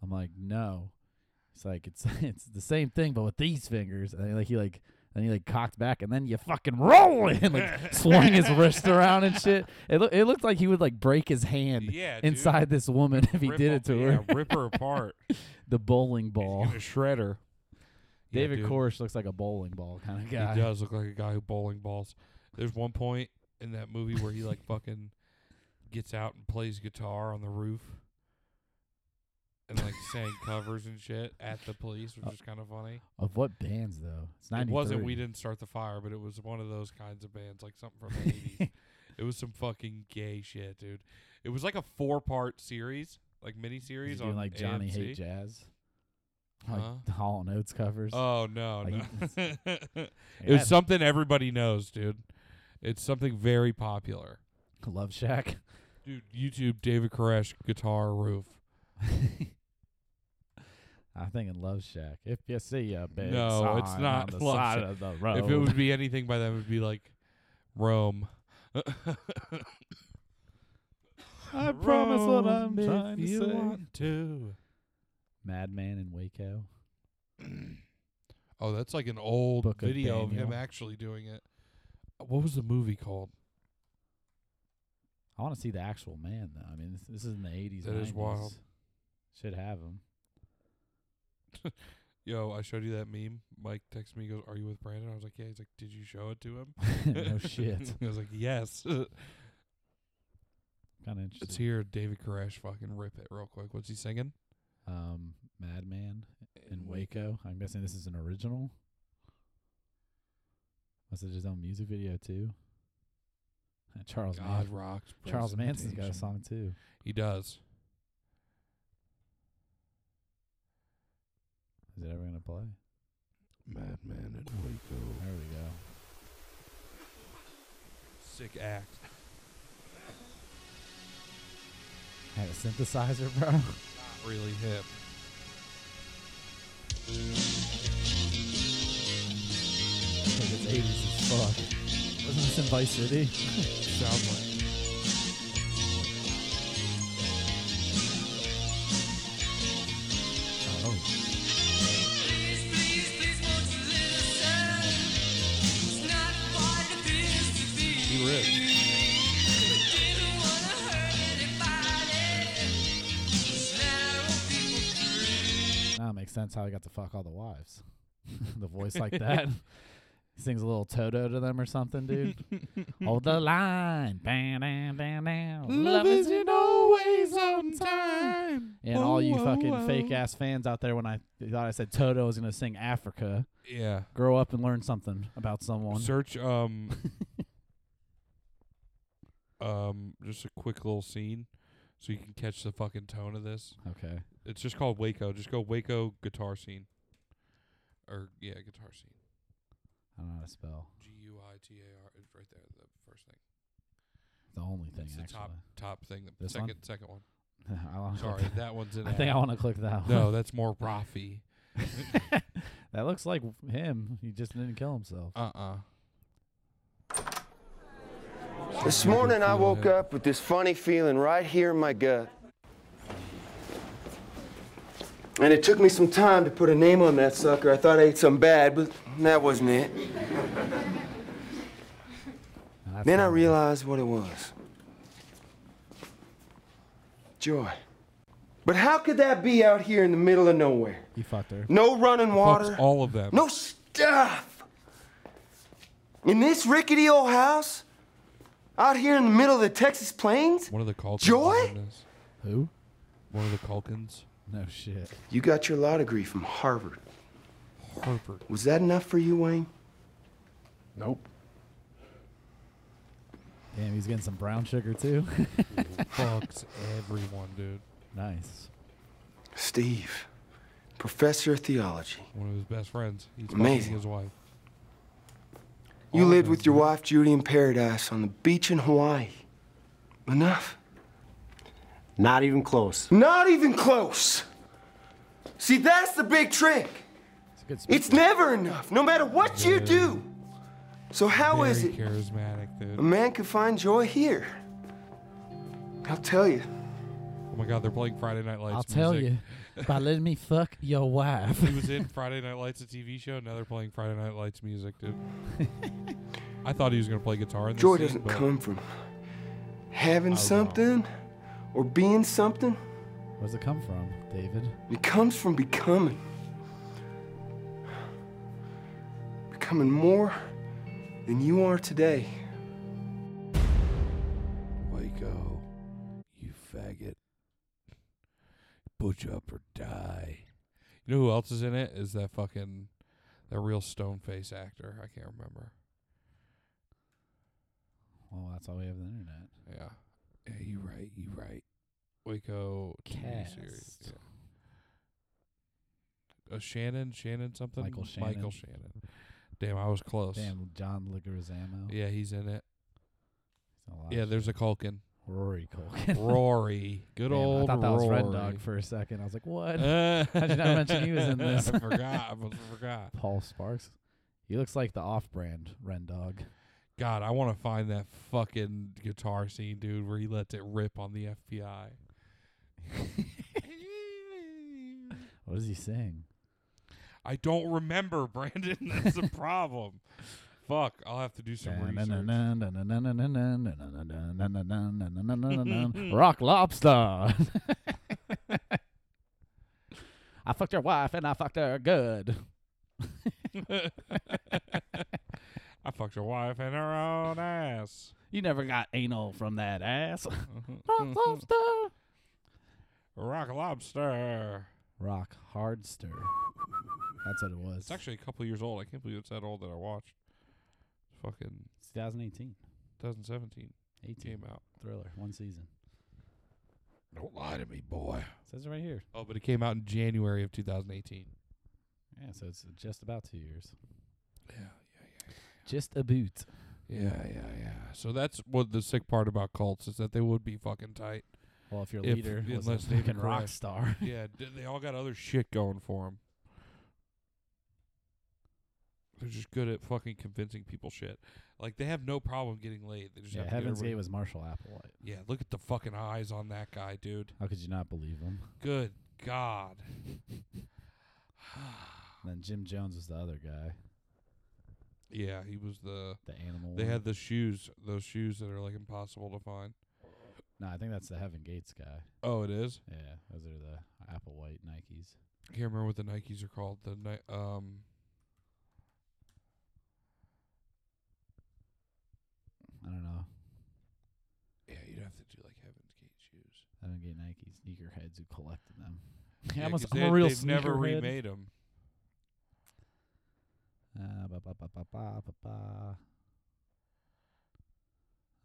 [SPEAKER 3] I'm like, No. He's like, It's <laughs> it's the same thing but with these fingers. And then, like he like and he like cocked back and then you fucking roll <laughs> it and like swung his wrist around and shit. It loo- it looked like he would like break his hand
[SPEAKER 2] Yeah. dude.
[SPEAKER 3] inside this woman <laughs> if he
[SPEAKER 2] Rip
[SPEAKER 3] did
[SPEAKER 2] up-
[SPEAKER 3] it to her
[SPEAKER 2] yeah, rip her apart.
[SPEAKER 3] the bowling
[SPEAKER 2] He's
[SPEAKER 3] ball.
[SPEAKER 2] gonna shred her. Yeah,
[SPEAKER 3] <laughs> David
[SPEAKER 2] dude.
[SPEAKER 3] Koresh looks like a bowling ball kind of
[SPEAKER 2] He
[SPEAKER 3] guy.
[SPEAKER 2] does look like a guy who bowling balls. There's one point in that movie where he like <laughs> fucking gets out and plays guitar on the roof and
[SPEAKER 3] <laughs>
[SPEAKER 2] like sang covers and shit at the police,
[SPEAKER 3] Uh,
[SPEAKER 2] which is kind of funny.
[SPEAKER 3] Of what bands though? It's
[SPEAKER 2] It
[SPEAKER 3] ninety.
[SPEAKER 2] wasn't We
[SPEAKER 3] <laughs>
[SPEAKER 2] Didn't Start the Fire, but it was one of those kinds of bands, like something from the
[SPEAKER 3] <laughs>
[SPEAKER 2] 80s. It was some fucking gay shit, dude. It was like a four part series, like mini series on
[SPEAKER 3] doing like Johnny Hate
[SPEAKER 2] AMC.
[SPEAKER 3] Jazz, like
[SPEAKER 2] Huh?
[SPEAKER 3] the Hall and Oates covers.
[SPEAKER 2] Oh no,
[SPEAKER 3] Like,
[SPEAKER 2] no.
[SPEAKER 3] <laughs>
[SPEAKER 2] <laughs>
[SPEAKER 3] Like
[SPEAKER 2] It was
[SPEAKER 3] that
[SPEAKER 2] something everybody knows, dude. It's something very popular.
[SPEAKER 3] Love Shack. <laughs>
[SPEAKER 2] Dude, YouTube David Koresh guitar roof.
[SPEAKER 3] I'm thinking Love Shack. If you see a big
[SPEAKER 2] No, it's
[SPEAKER 3] sign
[SPEAKER 2] not
[SPEAKER 3] on the
[SPEAKER 2] Love
[SPEAKER 3] side
[SPEAKER 2] Shack.
[SPEAKER 3] of the road,
[SPEAKER 2] If it would be anything by then, it would be like Rome.
[SPEAKER 3] <laughs> I promise what I'm
[SPEAKER 2] Rome if
[SPEAKER 3] trying to
[SPEAKER 2] you
[SPEAKER 3] say.
[SPEAKER 2] want to.
[SPEAKER 3] Madman in Waco.
[SPEAKER 2] Oh, that's like an old
[SPEAKER 3] Book of
[SPEAKER 2] video of, him
[SPEAKER 3] Daniel.
[SPEAKER 2] actually doing it. Uh, What was the movie called?
[SPEAKER 3] I want to see the actual man though. I mean, this, this is in the 80s.
[SPEAKER 2] That
[SPEAKER 3] 90s.
[SPEAKER 2] is wild.
[SPEAKER 3] Should have him.
[SPEAKER 2] Yo, I showed you that meme. Mike texted me, he goes, Are you with Brandon? I was like, Yeah. He's like, Did you show it to him?
[SPEAKER 3] <laughs>
[SPEAKER 2] <laughs>
[SPEAKER 3] no shit.
[SPEAKER 2] I was like,
[SPEAKER 3] <laughs>
[SPEAKER 2] Yes.
[SPEAKER 3] Kind of interesting.
[SPEAKER 2] Let's hear David Koresh fucking rip it real quick. What's he singing?
[SPEAKER 3] um, Madman in Waco. I'm guessing this is an original. Was it his own music video too? <laughs> Uh, Charles
[SPEAKER 2] God
[SPEAKER 3] Man-
[SPEAKER 2] rocks.
[SPEAKER 3] Charles Manson's got a
[SPEAKER 2] presentation.
[SPEAKER 3] song too.
[SPEAKER 2] He does.
[SPEAKER 3] Is it ever gonna play?
[SPEAKER 2] Madman at Waco.
[SPEAKER 3] There we go.
[SPEAKER 2] Sick act.
[SPEAKER 3] Had a synthesizer, bro. <laughs>
[SPEAKER 2] Not really hip.
[SPEAKER 3] it's eighties as fuck. Wasn't this in Vice City?
[SPEAKER 2] Sounds like.
[SPEAKER 3] Oh.
[SPEAKER 2] He ripped.
[SPEAKER 3] Now it makes sense how he got to fuck all the wives. <laughs> the voice like that. <laughs> He sings a little Toto to them or
[SPEAKER 2] <laughs>
[SPEAKER 3] something, dude. Hold the line. Bam, bam, bam, bam. Love isn't always on time. And all you
[SPEAKER 2] Whoa,
[SPEAKER 3] fucking
[SPEAKER 2] whoa.
[SPEAKER 3] fake ass fans out there, when I thought I said Toto was going to sing Africa,
[SPEAKER 2] Yeah.
[SPEAKER 3] grow up and learn something about someone.
[SPEAKER 2] Search
[SPEAKER 3] <laughs>
[SPEAKER 2] um um just a quick little scene so you can catch the fucking tone of this.
[SPEAKER 3] Okay.
[SPEAKER 2] It's just called Waco. Just go Waco guitar scene. Or yeah, guitar scene.
[SPEAKER 3] I don't know how to spell.
[SPEAKER 2] G U I T A R is right there, the first thing.
[SPEAKER 3] The only thing,
[SPEAKER 2] It's the
[SPEAKER 3] actually.
[SPEAKER 2] top top thing. The
[SPEAKER 3] This
[SPEAKER 2] second
[SPEAKER 3] one?
[SPEAKER 2] second
[SPEAKER 3] <laughs>
[SPEAKER 2] one.
[SPEAKER 3] I wanna click
[SPEAKER 2] Sorry,
[SPEAKER 3] that.
[SPEAKER 2] that one's in
[SPEAKER 3] I think I
[SPEAKER 2] Af-
[SPEAKER 3] want <laughs> to click that
[SPEAKER 2] <laughs>
[SPEAKER 3] one.
[SPEAKER 2] No, that's more Rafi.
[SPEAKER 3] that looks like him. He just didn't kill himself.
[SPEAKER 2] Uh uh
[SPEAKER 8] This morning I woke up with this funny feeling right here in my gut. And it took me some time to put a name on that sucker. I thought I ate something bad, but that wasn't it. Then I realized what it was joy. But how could that be out here in the middle of nowhere?
[SPEAKER 3] He fucked her.
[SPEAKER 8] No running water,
[SPEAKER 2] Fucks all of them.
[SPEAKER 8] no stuff. In this rickety old house, out here in the middle of the Texas plains,
[SPEAKER 2] One of the Culkins.
[SPEAKER 8] Joy?
[SPEAKER 2] is in this.
[SPEAKER 3] Who?
[SPEAKER 2] One of the Culkins.
[SPEAKER 3] No shit.
[SPEAKER 8] you got your law degree from Harvard.
[SPEAKER 2] Harvard.
[SPEAKER 8] Was that enough for you, Wayne?
[SPEAKER 9] Nope.
[SPEAKER 3] Damn, he's getting some brown sugar too. <laughs>
[SPEAKER 2] Fucks everyone, dude.
[SPEAKER 3] nice.
[SPEAKER 8] Steve, professor of theology.
[SPEAKER 2] One of his best friends. He's
[SPEAKER 8] Amazing.
[SPEAKER 2] fucking his wife.
[SPEAKER 8] You
[SPEAKER 2] All
[SPEAKER 8] lived
[SPEAKER 2] of
[SPEAKER 8] with
[SPEAKER 2] them,
[SPEAKER 8] your wife Judy in paradise on the beach in Hawaii. Enough?
[SPEAKER 6] Not even close.
[SPEAKER 8] Not even close. See, that's the big trick.
[SPEAKER 3] It's a good speech.
[SPEAKER 8] It's never enough, no matter what you do. So, how
[SPEAKER 2] Very
[SPEAKER 8] is it
[SPEAKER 2] charismatic, dude.
[SPEAKER 8] a man can find joy here? I'll tell you.
[SPEAKER 2] Oh my god, they're playing Friday Night Lights.
[SPEAKER 3] I'll tell
[SPEAKER 2] music.
[SPEAKER 3] you by letting me fuck your wife.
[SPEAKER 2] He was in Friday Night Lights, a TV show. Now they're playing Friday Night Lights music,
[SPEAKER 3] <laughs>
[SPEAKER 2] dude. I thought he was gonna play guitar in this
[SPEAKER 8] Joy
[SPEAKER 2] scene,
[SPEAKER 8] doesn't
[SPEAKER 2] but
[SPEAKER 8] come from having
[SPEAKER 2] I don't
[SPEAKER 8] something or being something.
[SPEAKER 3] <laughs> Where's it come from, David?
[SPEAKER 8] It comes from becoming. Becoming more than you are today.
[SPEAKER 2] Waco, you faggot. Butch up or die. You know who else is in it? Is that fucking that real stone face actor. I can't remember.
[SPEAKER 3] Well, that's all we have the internet.
[SPEAKER 2] Yeah. Yeah, you right, you right. Waco TV series.
[SPEAKER 3] Cast.
[SPEAKER 2] Uh, Shannon, Shannon something?
[SPEAKER 3] Michael
[SPEAKER 2] Michael
[SPEAKER 3] Shannon.
[SPEAKER 2] Shannon. Damn, I was close.
[SPEAKER 3] Damn, John Leguizamo.
[SPEAKER 2] Yeah, he's in it.
[SPEAKER 3] He's in a lot
[SPEAKER 2] yeah,
[SPEAKER 3] of
[SPEAKER 2] there's
[SPEAKER 3] shit.
[SPEAKER 2] a Culkin.
[SPEAKER 3] Rory <laughs> Culkin.
[SPEAKER 2] Rory. Good
[SPEAKER 3] Damn,
[SPEAKER 2] old
[SPEAKER 3] I thought that was
[SPEAKER 2] Rory.
[SPEAKER 3] Red Dog for a second. I was
[SPEAKER 2] <laughs>
[SPEAKER 3] like, what?
[SPEAKER 2] Uh,
[SPEAKER 3] How'd you not mention he was in this?
[SPEAKER 2] I forgot. I must- forgot.
[SPEAKER 3] Paul Sparks. He looks like the off-brand Ren Dog.
[SPEAKER 2] God, I want to find that fucking guitar scene, dude, where he lets it rip on the <laughs>
[SPEAKER 3] <laughs>
[SPEAKER 2] FBI.
[SPEAKER 3] What does he sing?
[SPEAKER 2] I don't remember, <laughs> Brandon. That's the problem. Fuck, I'll have to do some research.
[SPEAKER 3] <laughs> Rock lobster. <laughs> I fucked her wife and I fucked her good.
[SPEAKER 2] I fucked your wife and her own ass.
[SPEAKER 3] You never got anal from that ass. Rock lobster.
[SPEAKER 2] Rock lobster.
[SPEAKER 3] Rock hardster. That's what it was.
[SPEAKER 2] It's actually a couple years old. I can't believe it's that old that I watched. Fucking
[SPEAKER 3] 2018.
[SPEAKER 2] 2017
[SPEAKER 3] 18
[SPEAKER 2] came out.
[SPEAKER 3] thriller, one season.
[SPEAKER 2] Don't lie to me, boy.
[SPEAKER 3] says it right here.
[SPEAKER 2] Oh, but it came out in January of 2018.
[SPEAKER 3] Yeah, so it's just about two years.
[SPEAKER 2] Yeah,
[SPEAKER 3] Just a boot.
[SPEAKER 2] yeah, yeah, yeah, yeah. So that's what the sick part about cults is that they would be fucking tight.
[SPEAKER 3] Well, if your
[SPEAKER 2] If-
[SPEAKER 3] leader was a
[SPEAKER 2] unless David
[SPEAKER 3] fucking rock
[SPEAKER 2] Koresh-
[SPEAKER 3] star.
[SPEAKER 2] yeah, d- they all got other shit going for them. They're just good at fucking convincing people shit. Like they have no problem getting laid. They just
[SPEAKER 3] <laughs> yeah,
[SPEAKER 2] have to get
[SPEAKER 3] Heaven's
[SPEAKER 2] everybody-
[SPEAKER 3] Gate was Marshall Applewhite.
[SPEAKER 2] Yeah, look at the fucking eyes on that guy, dude.
[SPEAKER 3] How could you not believe him?
[SPEAKER 2] Good God. <laughs>
[SPEAKER 3] And then Jim Jones was the other guy,
[SPEAKER 2] Yeah, he was the.
[SPEAKER 3] the animal.
[SPEAKER 2] They
[SPEAKER 3] one.
[SPEAKER 2] had the shoes, those shoes that are like impossible to find.
[SPEAKER 3] No, I think that's the Heaven Gates guy.
[SPEAKER 2] Oh, it is.
[SPEAKER 3] Yeah, those are the Applewhite Nikes.
[SPEAKER 2] I can't remember what the Nikes are called. The Ni- um.
[SPEAKER 3] I don't know.
[SPEAKER 2] Yeah, you'd have to do like Heaven's Gate shoes.
[SPEAKER 3] Heaven Gate Nikes. Sneakerheads who collected them.
[SPEAKER 2] Yeah,
[SPEAKER 3] I'm, a,
[SPEAKER 2] 'cause
[SPEAKER 3] am
[SPEAKER 2] they-
[SPEAKER 3] a real
[SPEAKER 2] They've never
[SPEAKER 3] sneakerhead.
[SPEAKER 2] remade them.
[SPEAKER 3] Uh, ba ba ba ba ba ba ba.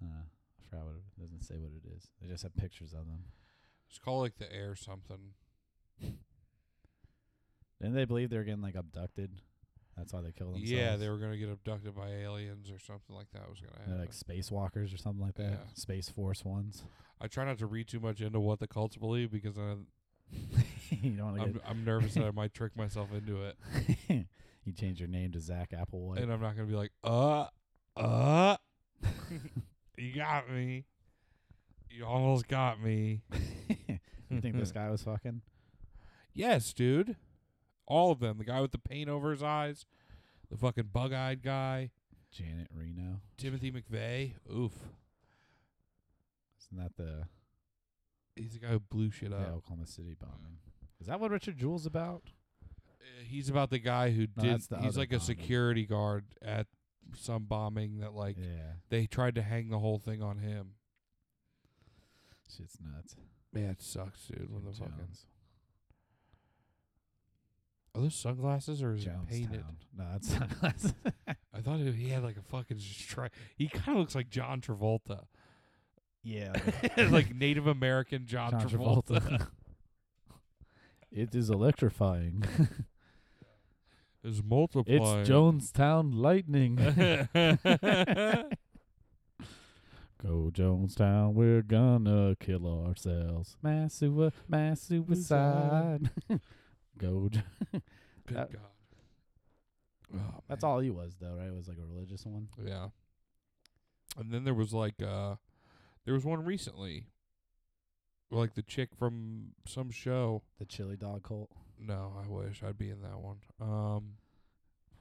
[SPEAKER 3] Uh, I forgot what it, it doesn't say what it is. They just have pictures of them.
[SPEAKER 2] It's called like the Air something.
[SPEAKER 3] Didn't they believe they were getting like abducted? That's why they killed themselves.
[SPEAKER 2] Yeah, they were gonna get abducted by aliens or something like that was gonna
[SPEAKER 3] They're
[SPEAKER 2] happen.
[SPEAKER 3] like spacewalkers or something like that.
[SPEAKER 2] Yeah.
[SPEAKER 3] Space Force ones. <laughs>
[SPEAKER 2] I try not to read too much into what the cults believe because I,
[SPEAKER 3] you don't want to
[SPEAKER 2] I'm
[SPEAKER 3] get.
[SPEAKER 2] I'm nervous that I might trick myself into
[SPEAKER 3] <laughs>
[SPEAKER 2] it,
[SPEAKER 3] you change your name to Zach Applewhite.
[SPEAKER 2] and I'm not gonna be like, uh,
[SPEAKER 3] <laughs>
[SPEAKER 2] uh, you got me, you almost got me.
[SPEAKER 3] <laughs> you think this guy was fucking?
[SPEAKER 2] <laughs> Yes, dude. All of them. The guy with the paint over his eyes, the fucking bug-eyed guy,
[SPEAKER 3] Janet Reno.
[SPEAKER 2] Timothy McVeigh. Oof,
[SPEAKER 3] Isn't that the,
[SPEAKER 2] he's the guy who blew shit
[SPEAKER 3] the
[SPEAKER 2] up.
[SPEAKER 3] Oklahoma City bombing? Is that what Richard Jewell's about?
[SPEAKER 2] Uh, He's about the guy who
[SPEAKER 3] No,
[SPEAKER 2] did.
[SPEAKER 3] that's the
[SPEAKER 2] he's
[SPEAKER 3] other
[SPEAKER 2] like a
[SPEAKER 3] bombing.
[SPEAKER 2] security guard at some bombing that like
[SPEAKER 3] yeah.
[SPEAKER 2] they tried to hang the whole thing on him.
[SPEAKER 3] Shit's nuts.
[SPEAKER 2] Man, it sucks, dude. When
[SPEAKER 3] Jim
[SPEAKER 2] the fucking
[SPEAKER 3] Jones.
[SPEAKER 2] are those sunglasses or is it painted?
[SPEAKER 3] Jonestown. No, <laughs>
[SPEAKER 2] <laughs>
[SPEAKER 3] that's sunglasses.
[SPEAKER 2] I thought he he had like a fucking stri- He kind of looks like John Travolta, <laughs>
[SPEAKER 3] yeah.
[SPEAKER 2] like Native American John,
[SPEAKER 3] John
[SPEAKER 2] Travolta. <laughs>
[SPEAKER 3] Travolta. <laughs> it is electrifying.
[SPEAKER 2] It's multiplying.
[SPEAKER 3] It's Jonestown Lightning. <laughs> Go Jonestown, we're gonna kill ourselves. Mass, sui- mass suicide. Go. Jo-
[SPEAKER 2] Good
[SPEAKER 3] That-
[SPEAKER 2] God. Oh,
[SPEAKER 3] That's
[SPEAKER 2] man.
[SPEAKER 3] all he was, though, right? It was like a religious one.
[SPEAKER 2] Yeah. And then there was like uh there was one recently. Like the chick from some show.
[SPEAKER 3] The chili dog cult.
[SPEAKER 2] No, I wish I'd be in that one. Um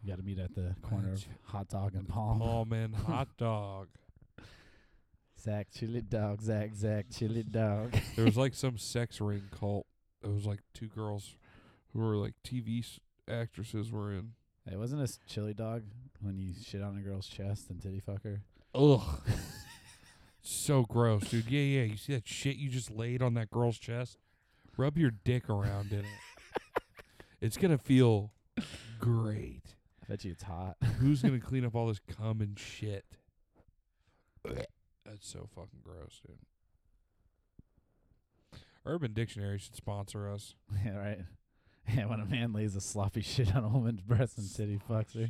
[SPEAKER 3] You got to meet at the corner of
[SPEAKER 2] Chi-
[SPEAKER 3] hot dog and palm.
[SPEAKER 2] Palm and oh, hot dog.
[SPEAKER 3] <laughs> Zach, chili dog. Zach, Zach, chili <laughs> dog.
[SPEAKER 2] There was like some sex ring cult. It was like two girls who were like TV s- actresses were in.
[SPEAKER 3] Hey, wasn't this chili dog when you shit on a girl's chest and titty fuck her?
[SPEAKER 2] Ugh. <laughs> so gross, dude. Yeah, yeah. You see that shit you just laid on that girl's chest? Rub your dick around in it. It's gonna feel great.
[SPEAKER 3] I bet you it's hot.
[SPEAKER 2] Who's gonna clean up all this cum and shit? That's so fucking gross, dude. Urban Dictionary should sponsor us.
[SPEAKER 3] <laughs> yeah, right. Yeah, when a man lays a sloppy <laughs> shit on a woman's breast and titty fucks her.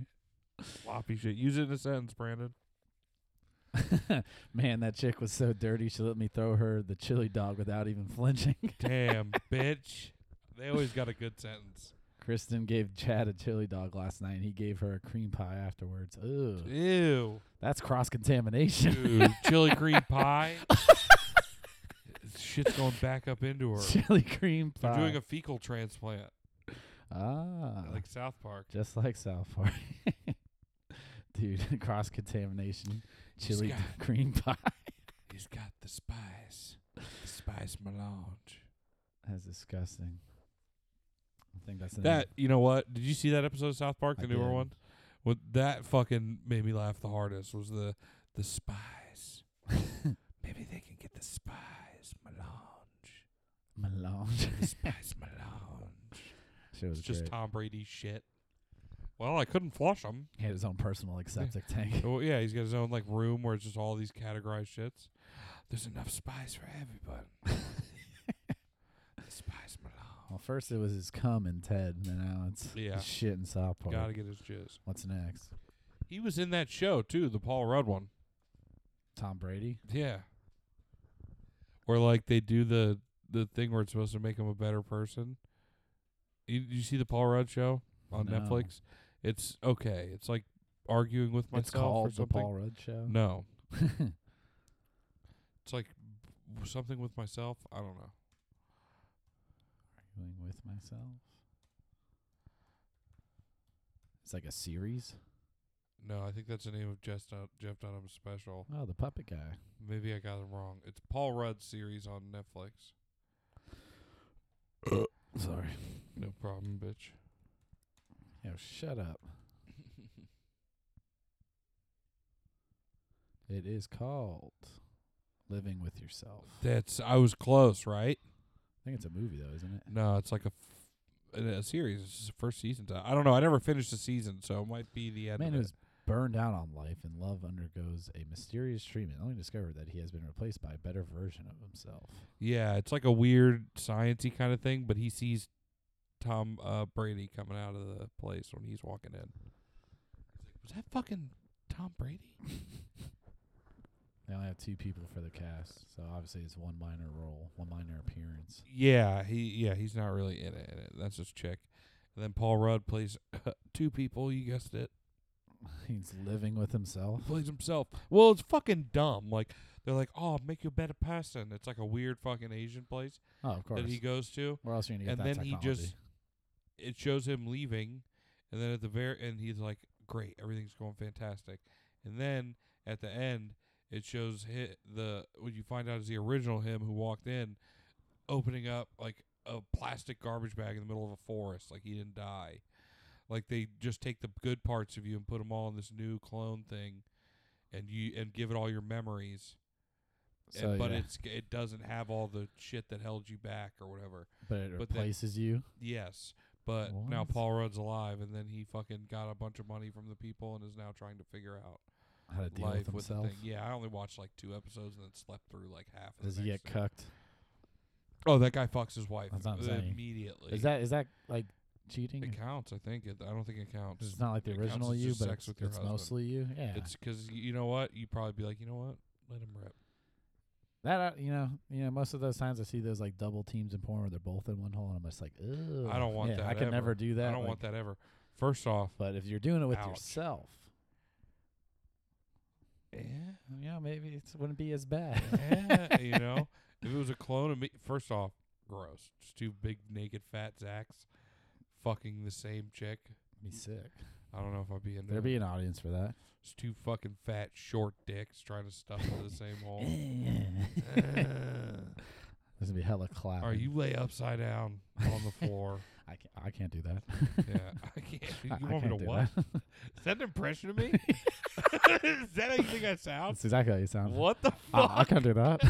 [SPEAKER 2] Floppy shit. Use it in a sentence, Brandon.
[SPEAKER 3] Man, that chick was so dirty. She let me throw her the chili dog without even flinching. <laughs>
[SPEAKER 2] Damn, <laughs> bitch. They always got a good sentence.
[SPEAKER 3] Kristen gave Chad a chili dog last night, and he gave her a cream pie afterwards. Ooh,
[SPEAKER 2] Ew.
[SPEAKER 3] that's cross <laughs> contamination.
[SPEAKER 2] Dude, chili cream pie. Shit's going back up into her.
[SPEAKER 3] chili cream pie.
[SPEAKER 2] They're doing a fecal transplant,
[SPEAKER 3] ah,
[SPEAKER 2] like South Park.
[SPEAKER 3] just like South Park. <laughs> Dude, <laughs> cross contamination.
[SPEAKER 2] He's
[SPEAKER 3] Chili
[SPEAKER 2] got-
[SPEAKER 3] <laughs> cream pie.
[SPEAKER 2] he's got the spice, the spice melange.
[SPEAKER 3] That's disgusting. I think that's the name.
[SPEAKER 2] That you know what? Did you see that episode of South Park,
[SPEAKER 3] I
[SPEAKER 2] the newer
[SPEAKER 3] did.
[SPEAKER 2] one? What that fucking made me laugh the hardest was the the
[SPEAKER 3] <laughs>
[SPEAKER 2] spies. Maybe they can get the spies
[SPEAKER 3] <laughs>
[SPEAKER 2] melange,
[SPEAKER 3] melange. <laughs>
[SPEAKER 2] the spice melange.
[SPEAKER 3] Shit was
[SPEAKER 2] It's just
[SPEAKER 3] great.
[SPEAKER 2] Tom Brady shit. Well, I couldn't flush him.
[SPEAKER 3] He had his own personal like septic
[SPEAKER 2] <laughs>
[SPEAKER 3] tank.
[SPEAKER 2] Well, yeah, he's got his own like room where it's just all these categorized shits.
[SPEAKER 3] <laughs>
[SPEAKER 2] There's enough spice for everybody. the spice melange.
[SPEAKER 3] Well, first it was his cum and Ted, and now it's
[SPEAKER 2] Yeah.
[SPEAKER 3] his shit in South Park.
[SPEAKER 2] Gotta get his jizz.
[SPEAKER 3] What's next?
[SPEAKER 2] He was in that show too, the Paul Rudd one.
[SPEAKER 3] Tom Brady.
[SPEAKER 2] Yeah. Where like they do the the thing where it's supposed to make him a better person. You, you see the Paul Rudd show on
[SPEAKER 3] No.
[SPEAKER 2] Netflix? It's okay. It's like arguing with myself
[SPEAKER 3] it's called
[SPEAKER 2] or
[SPEAKER 3] the
[SPEAKER 2] something.
[SPEAKER 3] Paul Rudd Show. <laughs>
[SPEAKER 2] No. it's like b- something with myself. I don't know.
[SPEAKER 3] Arguing with myself. It's like a series.
[SPEAKER 2] No, I think that's the name of Jeff, Dun- Jeff Dunham's special.
[SPEAKER 3] Oh, the puppet guy.
[SPEAKER 2] Maybe I got it wrong. It's Paul Rudd series on Netflix.
[SPEAKER 3] Sorry.
[SPEAKER 2] No problem, bitch.
[SPEAKER 3] Yo,
[SPEAKER 2] <laughs>
[SPEAKER 3] shut up. it is called Living with Yourself. I
[SPEAKER 2] That's I was close, right?
[SPEAKER 3] think it's a movie though, isn't it?
[SPEAKER 2] No, it's like a f- a, a series. It's the first season. I don't know. I never finished the season, so it might be the end.
[SPEAKER 3] Man
[SPEAKER 2] of
[SPEAKER 3] who's burned out on life and love undergoes a mysterious treatment, only to discover that he has been replaced by a better version of himself.
[SPEAKER 2] Yeah, it's like a weird sciency kind of thing, but he sees Tom uh, Brady coming out of the place when he's walking in. He's like, was that fucking Tom Brady?
[SPEAKER 3] They only have two people for the cast, so obviously it's one minor role, one minor appearance. <laughs>
[SPEAKER 2] Yeah, he yeah he's not really in it. In it. That's his chick. And then Paul Rudd plays <laughs> two people. You guessed it.
[SPEAKER 3] He's living with himself.
[SPEAKER 2] Plays himself. Well, it's fucking dumb. Like they're like, oh, make you a better person. It's like a weird fucking Asian place
[SPEAKER 3] Oh, of course.
[SPEAKER 2] that he goes to.
[SPEAKER 3] Where else are you gonna
[SPEAKER 2] and
[SPEAKER 3] get
[SPEAKER 2] then
[SPEAKER 3] that
[SPEAKER 2] he
[SPEAKER 3] technology?
[SPEAKER 2] just it shows him leaving and then at the very end he's like great everything's going fantastic and then at the end it shows hi the what you find out is the original him who walked in opening up like a plastic garbage bag in the middle of a forest like he didn't die like they just take the good parts of you and put them all in this new clone thing and you and give it all your memories And-
[SPEAKER 3] So,
[SPEAKER 2] but
[SPEAKER 3] yeah.
[SPEAKER 2] it's it doesn't have all the shit that held you back or whatever
[SPEAKER 3] but it
[SPEAKER 2] but then-
[SPEAKER 3] replaces you.
[SPEAKER 2] Yes, but now
[SPEAKER 3] What?
[SPEAKER 2] Paul Rudd's alive, and then he fucking got a bunch of money from the people, and is now trying to figure out
[SPEAKER 3] How to deal
[SPEAKER 2] life
[SPEAKER 3] with
[SPEAKER 2] with, the
[SPEAKER 3] himself.
[SPEAKER 2] thing. Yeah, I only watched like two episodes and then slept through like half. Of
[SPEAKER 3] Does
[SPEAKER 2] the
[SPEAKER 3] he get
[SPEAKER 2] next thing.
[SPEAKER 3] cucked?
[SPEAKER 2] Oh, that guy fucks his wife
[SPEAKER 3] That's what I'm saying.
[SPEAKER 2] immediately.
[SPEAKER 3] Is that is that like cheating?
[SPEAKER 2] it counts? I think it. I don't think it counts.
[SPEAKER 3] 'Cause it's not like the
[SPEAKER 2] it counts
[SPEAKER 3] original
[SPEAKER 2] as
[SPEAKER 3] you,
[SPEAKER 2] just
[SPEAKER 3] but
[SPEAKER 2] sex
[SPEAKER 3] it's,
[SPEAKER 2] with your
[SPEAKER 3] it's
[SPEAKER 2] husband.
[SPEAKER 3] mostly you. Yeah,
[SPEAKER 2] It's because you know what? You probably be like, you know what? Let him rip.
[SPEAKER 3] that uh, you know, you know, most of those times I see those like double teams in porn where they're both in one hole, and I'm just like, Ugh.
[SPEAKER 2] I don't want
[SPEAKER 3] yeah,
[SPEAKER 2] that.
[SPEAKER 3] I could
[SPEAKER 2] ever.
[SPEAKER 3] never do that.
[SPEAKER 2] I don't
[SPEAKER 3] like-
[SPEAKER 2] want that ever. First off,
[SPEAKER 3] But if you're doing it with
[SPEAKER 2] Ouch.
[SPEAKER 3] yourself,
[SPEAKER 2] yeah,
[SPEAKER 3] yeah, maybe it wouldn't be as bad.
[SPEAKER 2] yeah, you know, if it was a clone of me, first off, gross. Just two big naked fat Zacks fucking the same chick.
[SPEAKER 3] <laughs> be sick.
[SPEAKER 2] I don't know if I'd be in there.
[SPEAKER 3] There'd be an audience
[SPEAKER 2] <laughs>
[SPEAKER 3] for that.
[SPEAKER 2] It's two fucking fat short dicks trying to stuff into the
[SPEAKER 3] <laughs>
[SPEAKER 2] same hole.
[SPEAKER 3] This would be hella clap.
[SPEAKER 2] All right, Uh. you lay upside down on the
[SPEAKER 3] <laughs>
[SPEAKER 2] floor.
[SPEAKER 3] I can't, I can't do that.
[SPEAKER 2] <laughs> yeah, I can't. You
[SPEAKER 3] <laughs> I- I
[SPEAKER 2] want me to
[SPEAKER 3] can't do
[SPEAKER 2] what?
[SPEAKER 3] that. <laughs>
[SPEAKER 2] <laughs> Is that an impression of me? <laughs> Is that how you think I sound?
[SPEAKER 3] That's exactly how you sound.
[SPEAKER 2] What the
[SPEAKER 3] I,
[SPEAKER 2] fuck? <laughs>
[SPEAKER 3] I can't do that.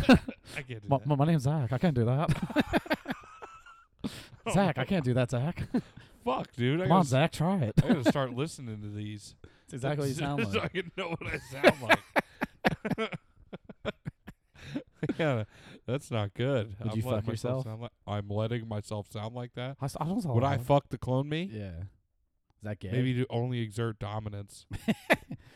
[SPEAKER 2] I can't do
[SPEAKER 3] my,
[SPEAKER 2] that.
[SPEAKER 3] my, my name's Zach. I can't
[SPEAKER 2] <laughs>
[SPEAKER 3] do that. Zach, I can't do that, Zach.
[SPEAKER 2] <laughs> Fuck, dude. I
[SPEAKER 3] Come on,
[SPEAKER 2] gotta,
[SPEAKER 3] Zach, try it.
[SPEAKER 2] I gotta start listening to these.
[SPEAKER 3] That's exactly what
[SPEAKER 2] <laughs>
[SPEAKER 3] you <laughs> sound
[SPEAKER 2] so I
[SPEAKER 3] like.
[SPEAKER 2] can know what I sound like. <laughs> yeah, that's not good.
[SPEAKER 3] Would you
[SPEAKER 2] letting myself
[SPEAKER 3] fuck yourself?
[SPEAKER 2] Sound like, I'm letting myself sound like that.
[SPEAKER 3] I, s- I don't sound
[SPEAKER 2] Would I
[SPEAKER 3] like-
[SPEAKER 2] fuck the clone me?
[SPEAKER 3] Yeah. Is that gay?
[SPEAKER 2] Maybe to only exert dominance.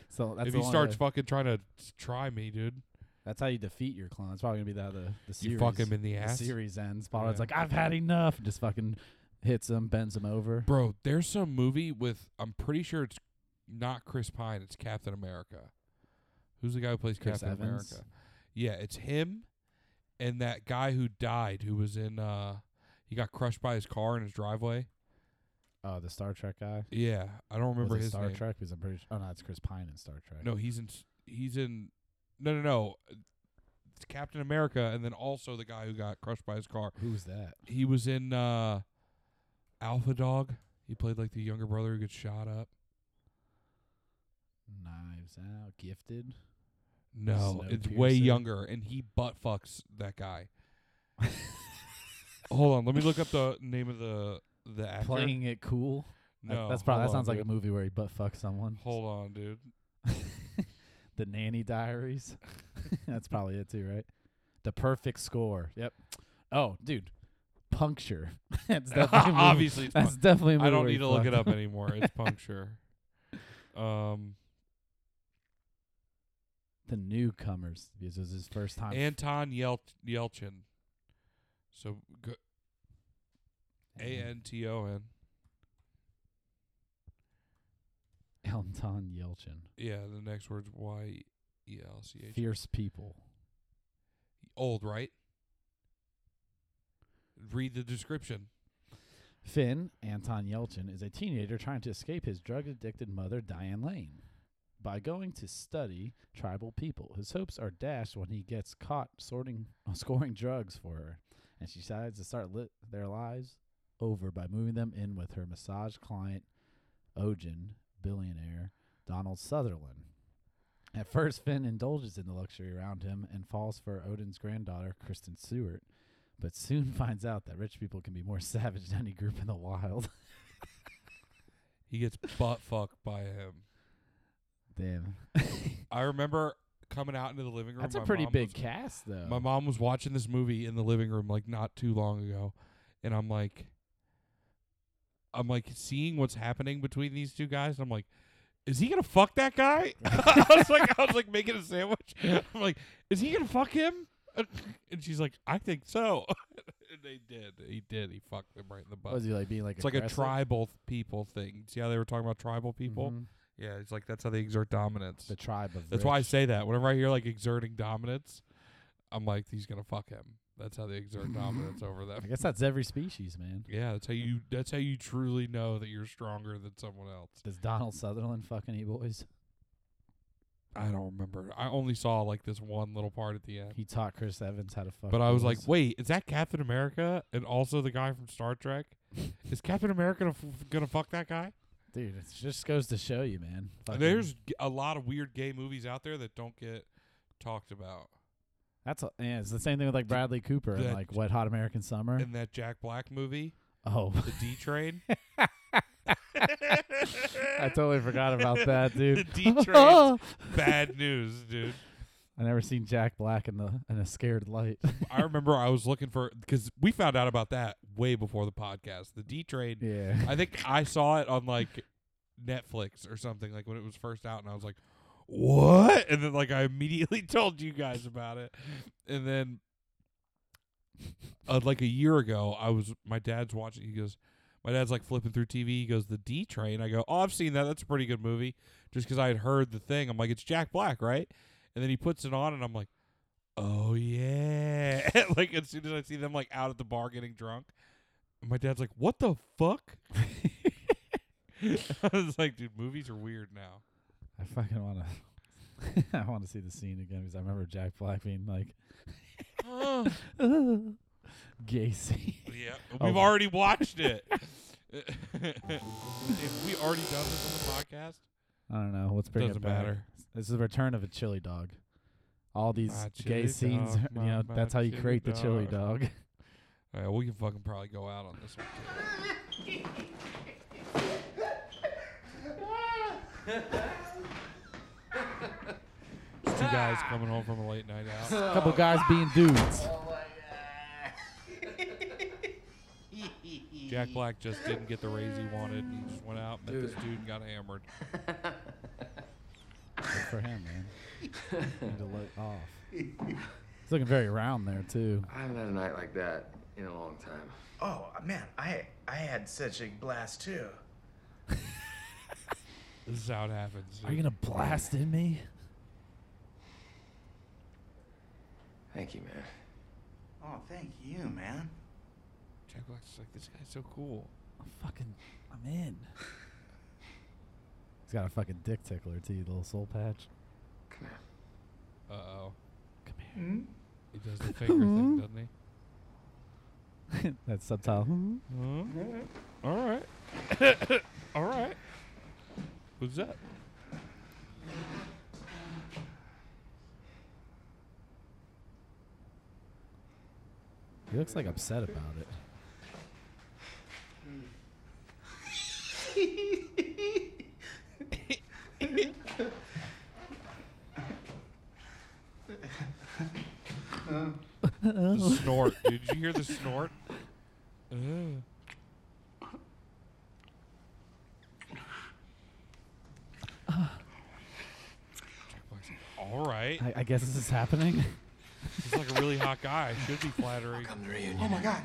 [SPEAKER 3] So that's
[SPEAKER 2] if
[SPEAKER 3] the
[SPEAKER 2] he
[SPEAKER 3] only
[SPEAKER 2] starts
[SPEAKER 3] way-
[SPEAKER 2] fucking trying to s- try me, dude,
[SPEAKER 3] that's how you defeat your clone. It's probably gonna be that the the
[SPEAKER 2] you
[SPEAKER 3] series.
[SPEAKER 2] fuck him in the
[SPEAKER 3] the
[SPEAKER 2] ass.
[SPEAKER 3] series ends. Paul's
[SPEAKER 2] Yeah.
[SPEAKER 3] like, I've had enough. and Just fucking hits him, bends him over.
[SPEAKER 2] Bro, there's some movie with I'm pretty sure it's not Chris Pine, it's Captain America. Who's the guy who plays
[SPEAKER 3] Chris
[SPEAKER 2] Captain
[SPEAKER 3] Evans?
[SPEAKER 2] America? Yeah, it's him and that guy who died who was in uh he got crushed by his car in his driveway.
[SPEAKER 3] Oh, the Star Trek guy.
[SPEAKER 2] Yeah, I don't remember
[SPEAKER 3] Was it
[SPEAKER 2] his
[SPEAKER 3] Star
[SPEAKER 2] name.
[SPEAKER 3] Trek? Because I'm pretty. Sure. Oh no, it's Chris Pine in Star Trek.
[SPEAKER 2] No, he's in s- he's in No, no, no. It's Captain America and then also the guy who got crushed by his car.
[SPEAKER 3] Who's that?
[SPEAKER 2] He was in uh Alpha Dog. He played like the younger brother who gets shot up.
[SPEAKER 3] Knives Out. Gifted.
[SPEAKER 2] No, it's way
[SPEAKER 3] Snowpiercer.
[SPEAKER 2] younger, and he butt fucks that
[SPEAKER 3] <laughs>
[SPEAKER 2] guy. Hold on, let me look up the name of the the actor.
[SPEAKER 3] Playing it cool. That-
[SPEAKER 2] no,
[SPEAKER 3] that's probably that
[SPEAKER 2] hold
[SPEAKER 3] sounds
[SPEAKER 2] on,
[SPEAKER 3] like a
[SPEAKER 2] dude.
[SPEAKER 3] movie where he butt fucks someone.
[SPEAKER 2] Hold on, dude.
[SPEAKER 3] the
[SPEAKER 2] <laughs>
[SPEAKER 3] Nanny Diaries. <laughs> that's probably it too, right? The Perfect Score. Yep. Oh, dude. puncture. <laughs>
[SPEAKER 2] <laughs>
[SPEAKER 3] that's definitely a movie-
[SPEAKER 2] Obviously it's
[SPEAKER 3] that's
[SPEAKER 2] punc-
[SPEAKER 3] definitely. A movie
[SPEAKER 2] I don't
[SPEAKER 3] where he
[SPEAKER 2] need to look it
[SPEAKER 3] fucked.
[SPEAKER 2] up anymore. It's
[SPEAKER 3] <laughs>
[SPEAKER 2] puncture. Um,
[SPEAKER 3] The newcomers. This was his first time.
[SPEAKER 2] Anton Yel- Yelchin. So go- A N T O N.
[SPEAKER 3] Anton Yelchin.
[SPEAKER 2] Yeah, the next word's Y E L C H.
[SPEAKER 3] Fierce people.
[SPEAKER 2] Old, right? Read the description.
[SPEAKER 3] Finn, Anton Yelchin, is a teenager trying to escape his drug addicted mother, Diane Lane, by going to study tribal people. His hopes are dashed when he gets caught sorting, <laughs> uh, scoring drugs for her, and she decides to start li- their lives over by moving them in with her massage client, Ogen, billionaire Donald Sutherland. At first, Finn indulges in the luxury around him and falls for Odin's granddaughter, Kristen Stewart, but soon <laughs> finds out that rich people can be more savage than any group in the wild. <laughs>
[SPEAKER 2] He gets butt fucked by him.
[SPEAKER 3] Damn,
[SPEAKER 2] I remember coming out into the living room.
[SPEAKER 3] that's a
[SPEAKER 2] my
[SPEAKER 3] pretty
[SPEAKER 2] mom
[SPEAKER 3] big
[SPEAKER 2] was-
[SPEAKER 3] cast, though.
[SPEAKER 2] My mom was watching this movie in the living room like not too long ago, and I'm like, I'm like seeing what's happening between these two guys, and I'm like, is he gonna fuck that guy? <laughs> I was like, I was like making a sandwich. I'm like, is he gonna fuck him? And she's like, I think so. <laughs> and they did. He did. He fucked them right in the butt.
[SPEAKER 3] was he like being like
[SPEAKER 2] it's like a
[SPEAKER 3] aggressive?
[SPEAKER 2] tribal people thing. See how they were talking about tribal people?
[SPEAKER 3] Mhm.
[SPEAKER 2] Yeah, it's like that's how they exert dominance.
[SPEAKER 3] the tribe of.
[SPEAKER 2] That's why I
[SPEAKER 3] rich.
[SPEAKER 2] say that. Whenever I hear like exerting dominance, I'm like, he's gonna fuck him. That's how they exert dominance over
[SPEAKER 3] I
[SPEAKER 2] them.
[SPEAKER 3] <laughs> guess that's every species, man.
[SPEAKER 2] Yeah, that's how you. That's how you truly know that you're stronger than someone else.
[SPEAKER 3] Does Donald Sutherland fuck any boys?
[SPEAKER 2] I don't remember. I only saw like this one little part at the end.
[SPEAKER 3] He taught Chris Evans how to fuck.
[SPEAKER 2] But I was
[SPEAKER 3] boys.
[SPEAKER 2] like, wait, is that Captain America and also the guy from Star Trek? is Captain America f- gonna fuck that guy?
[SPEAKER 3] dude, it just goes to show you, man. Fucking-
[SPEAKER 2] There's g- a lot of weird gay movies out there that don't get talked about.
[SPEAKER 3] that's a, yeah, it's the same thing with like Bradley Cooper and
[SPEAKER 2] that-
[SPEAKER 3] like Wet Hot American Summer.
[SPEAKER 2] In that Jack Black movie,
[SPEAKER 3] <laughs> oh,
[SPEAKER 2] The D Train.
[SPEAKER 3] I totally forgot about that, dude.
[SPEAKER 2] The D Train. <laughs> Bad news, dude.
[SPEAKER 3] <laughs> I never seen Jack Black in the in a scared light. <laughs>
[SPEAKER 2] I remember I was looking for because we found out about that way before the podcast. The D Train.
[SPEAKER 3] yeah.
[SPEAKER 2] I think I saw it on like Netflix or something like when it was first out, and I was like, "What?" And then like I immediately <laughs> told you guys about it, and then uh, like a year ago, I was my dad's watching. He goes, my dad's like flipping through TV. He goes, "The D Train." I go, "Oh, I've seen that. That's a pretty good movie." Just because I had heard the thing, I'm like, "It's Jack Black, right?" And then he puts it on, and I'm like. Oh yeah! <laughs> like as soon as I see them like out at the bar getting drunk, my dad's like, "What the fuck?" <laughs> I was like, "Dude, movies are weird
[SPEAKER 3] <laughs>
[SPEAKER 2] now."
[SPEAKER 3] I fucking want to. <laughs> I want to see the scene again because I remember Jack Black being like gay <laughs> scene.
[SPEAKER 2] yeah,
[SPEAKER 3] Oh.
[SPEAKER 2] we've already
[SPEAKER 3] <laughs>
[SPEAKER 2] watched it. if we already done this on the podcast,
[SPEAKER 3] I don't know. Let's bring
[SPEAKER 2] Doesn't
[SPEAKER 3] it back.
[SPEAKER 2] matter.
[SPEAKER 3] This is the return of a chili dog. All these
[SPEAKER 2] My
[SPEAKER 3] gay
[SPEAKER 2] chili
[SPEAKER 3] scenes, <laughs>
[SPEAKER 2] dog,
[SPEAKER 3] are-
[SPEAKER 2] my-
[SPEAKER 3] you know,
[SPEAKER 2] my
[SPEAKER 3] that's how you
[SPEAKER 2] chili
[SPEAKER 3] create the chili
[SPEAKER 2] dog. <laughs>
[SPEAKER 3] dog.
[SPEAKER 2] all right, we can fucking probably go out on this one. Too. It's two guys coming home from a late night out.
[SPEAKER 3] A couple guys being dudes.
[SPEAKER 2] Jack Black just didn't get the raise he wanted. and He just went out, met this dude, and got hammered.
[SPEAKER 3] Good for him, man. Need to look off. He's looking very round there too.
[SPEAKER 10] I haven't had a night like that in a long time.
[SPEAKER 8] Oh man, I I had such a blast too.
[SPEAKER 2] This is how it happens.
[SPEAKER 3] Are you gonna blast in me?
[SPEAKER 10] Thank you, man.
[SPEAKER 8] Oh, thank you, man.
[SPEAKER 2] Jack Black's just like, this guy's so cool.
[SPEAKER 3] I'm fucking, I'm in. He's got a fucking dick tickler too, you little soul patch. <laughs>
[SPEAKER 10] Come here.
[SPEAKER 2] Uh oh.
[SPEAKER 3] Come here.
[SPEAKER 2] He does the finger
[SPEAKER 3] <laughs>
[SPEAKER 2] thing, doesn't he?
[SPEAKER 3] That's subtitle. <laughs>
[SPEAKER 2] All right. All right. <coughs> What's that?
[SPEAKER 3] He looks like upset about it. <laughs>
[SPEAKER 2] The snort. Did you hear the snort? All right.
[SPEAKER 3] I, I guess this is <laughs> happening.
[SPEAKER 2] He's like a really hot guy. Should be flattering.
[SPEAKER 8] Oh my god.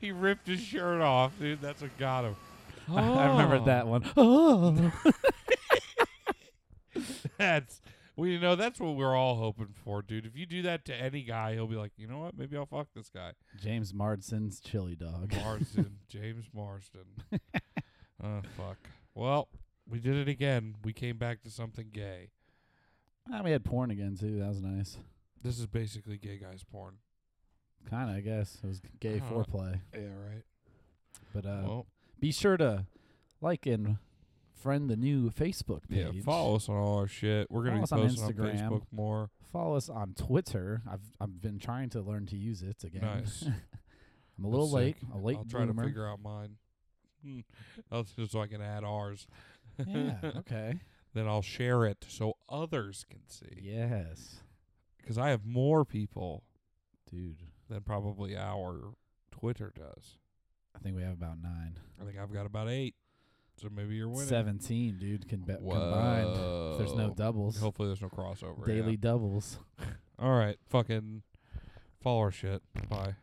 [SPEAKER 2] he ripped his shirt off, dude. That's what got him.
[SPEAKER 3] I remember that <laughs> one.
[SPEAKER 2] <laughs> that's well, you know, that's what we're all hoping for, dude. If you do that to any guy, he'll be like, you know what? Maybe I'll fuck this guy.
[SPEAKER 3] James Marsden's chili dog. <laughs>
[SPEAKER 2] Marsden, James Marsden. oh fuck. Well, we did it again. We came back to something gay.
[SPEAKER 3] Ah, we had porn again too. That was nice.
[SPEAKER 2] This is basically gay guys porn.
[SPEAKER 3] Kind of, I guess. It was gay
[SPEAKER 2] Uh,
[SPEAKER 3] foreplay.
[SPEAKER 2] Yeah, right.
[SPEAKER 3] But uh,
[SPEAKER 2] well,
[SPEAKER 3] be sure to like and friend the new Facebook
[SPEAKER 2] yeah.
[SPEAKER 3] page.
[SPEAKER 2] Follow us on all our shit. We're gonna
[SPEAKER 3] Follow
[SPEAKER 2] be
[SPEAKER 3] us on
[SPEAKER 2] posting
[SPEAKER 3] Instagram.
[SPEAKER 2] on Facebook more.
[SPEAKER 3] Follow us on Twitter. I've I've been trying to learn to use it again.
[SPEAKER 2] Nice.
[SPEAKER 3] <laughs> I'm a little late.
[SPEAKER 2] That's sick.
[SPEAKER 3] A late
[SPEAKER 2] I'll try
[SPEAKER 3] bloomer.
[SPEAKER 2] to figure <laughs> out mine. Hmm. That's just so I can add ours.
[SPEAKER 3] yeah. Okay.
[SPEAKER 2] Then I'll share it so others can see.
[SPEAKER 3] Yes,
[SPEAKER 2] Because I have more people
[SPEAKER 3] dude.
[SPEAKER 2] than probably our Twitter does.
[SPEAKER 3] I think we have about nine.
[SPEAKER 2] I think I've got about eight. So maybe you're winning.
[SPEAKER 3] Seventeen, dude. Can bet combined. If there's no
[SPEAKER 2] Whoa.
[SPEAKER 3] doubles.
[SPEAKER 2] Hopefully there's no crossover. yeah.
[SPEAKER 3] Daily doubles.
[SPEAKER 2] All right. Fucking follow our shit. Bye.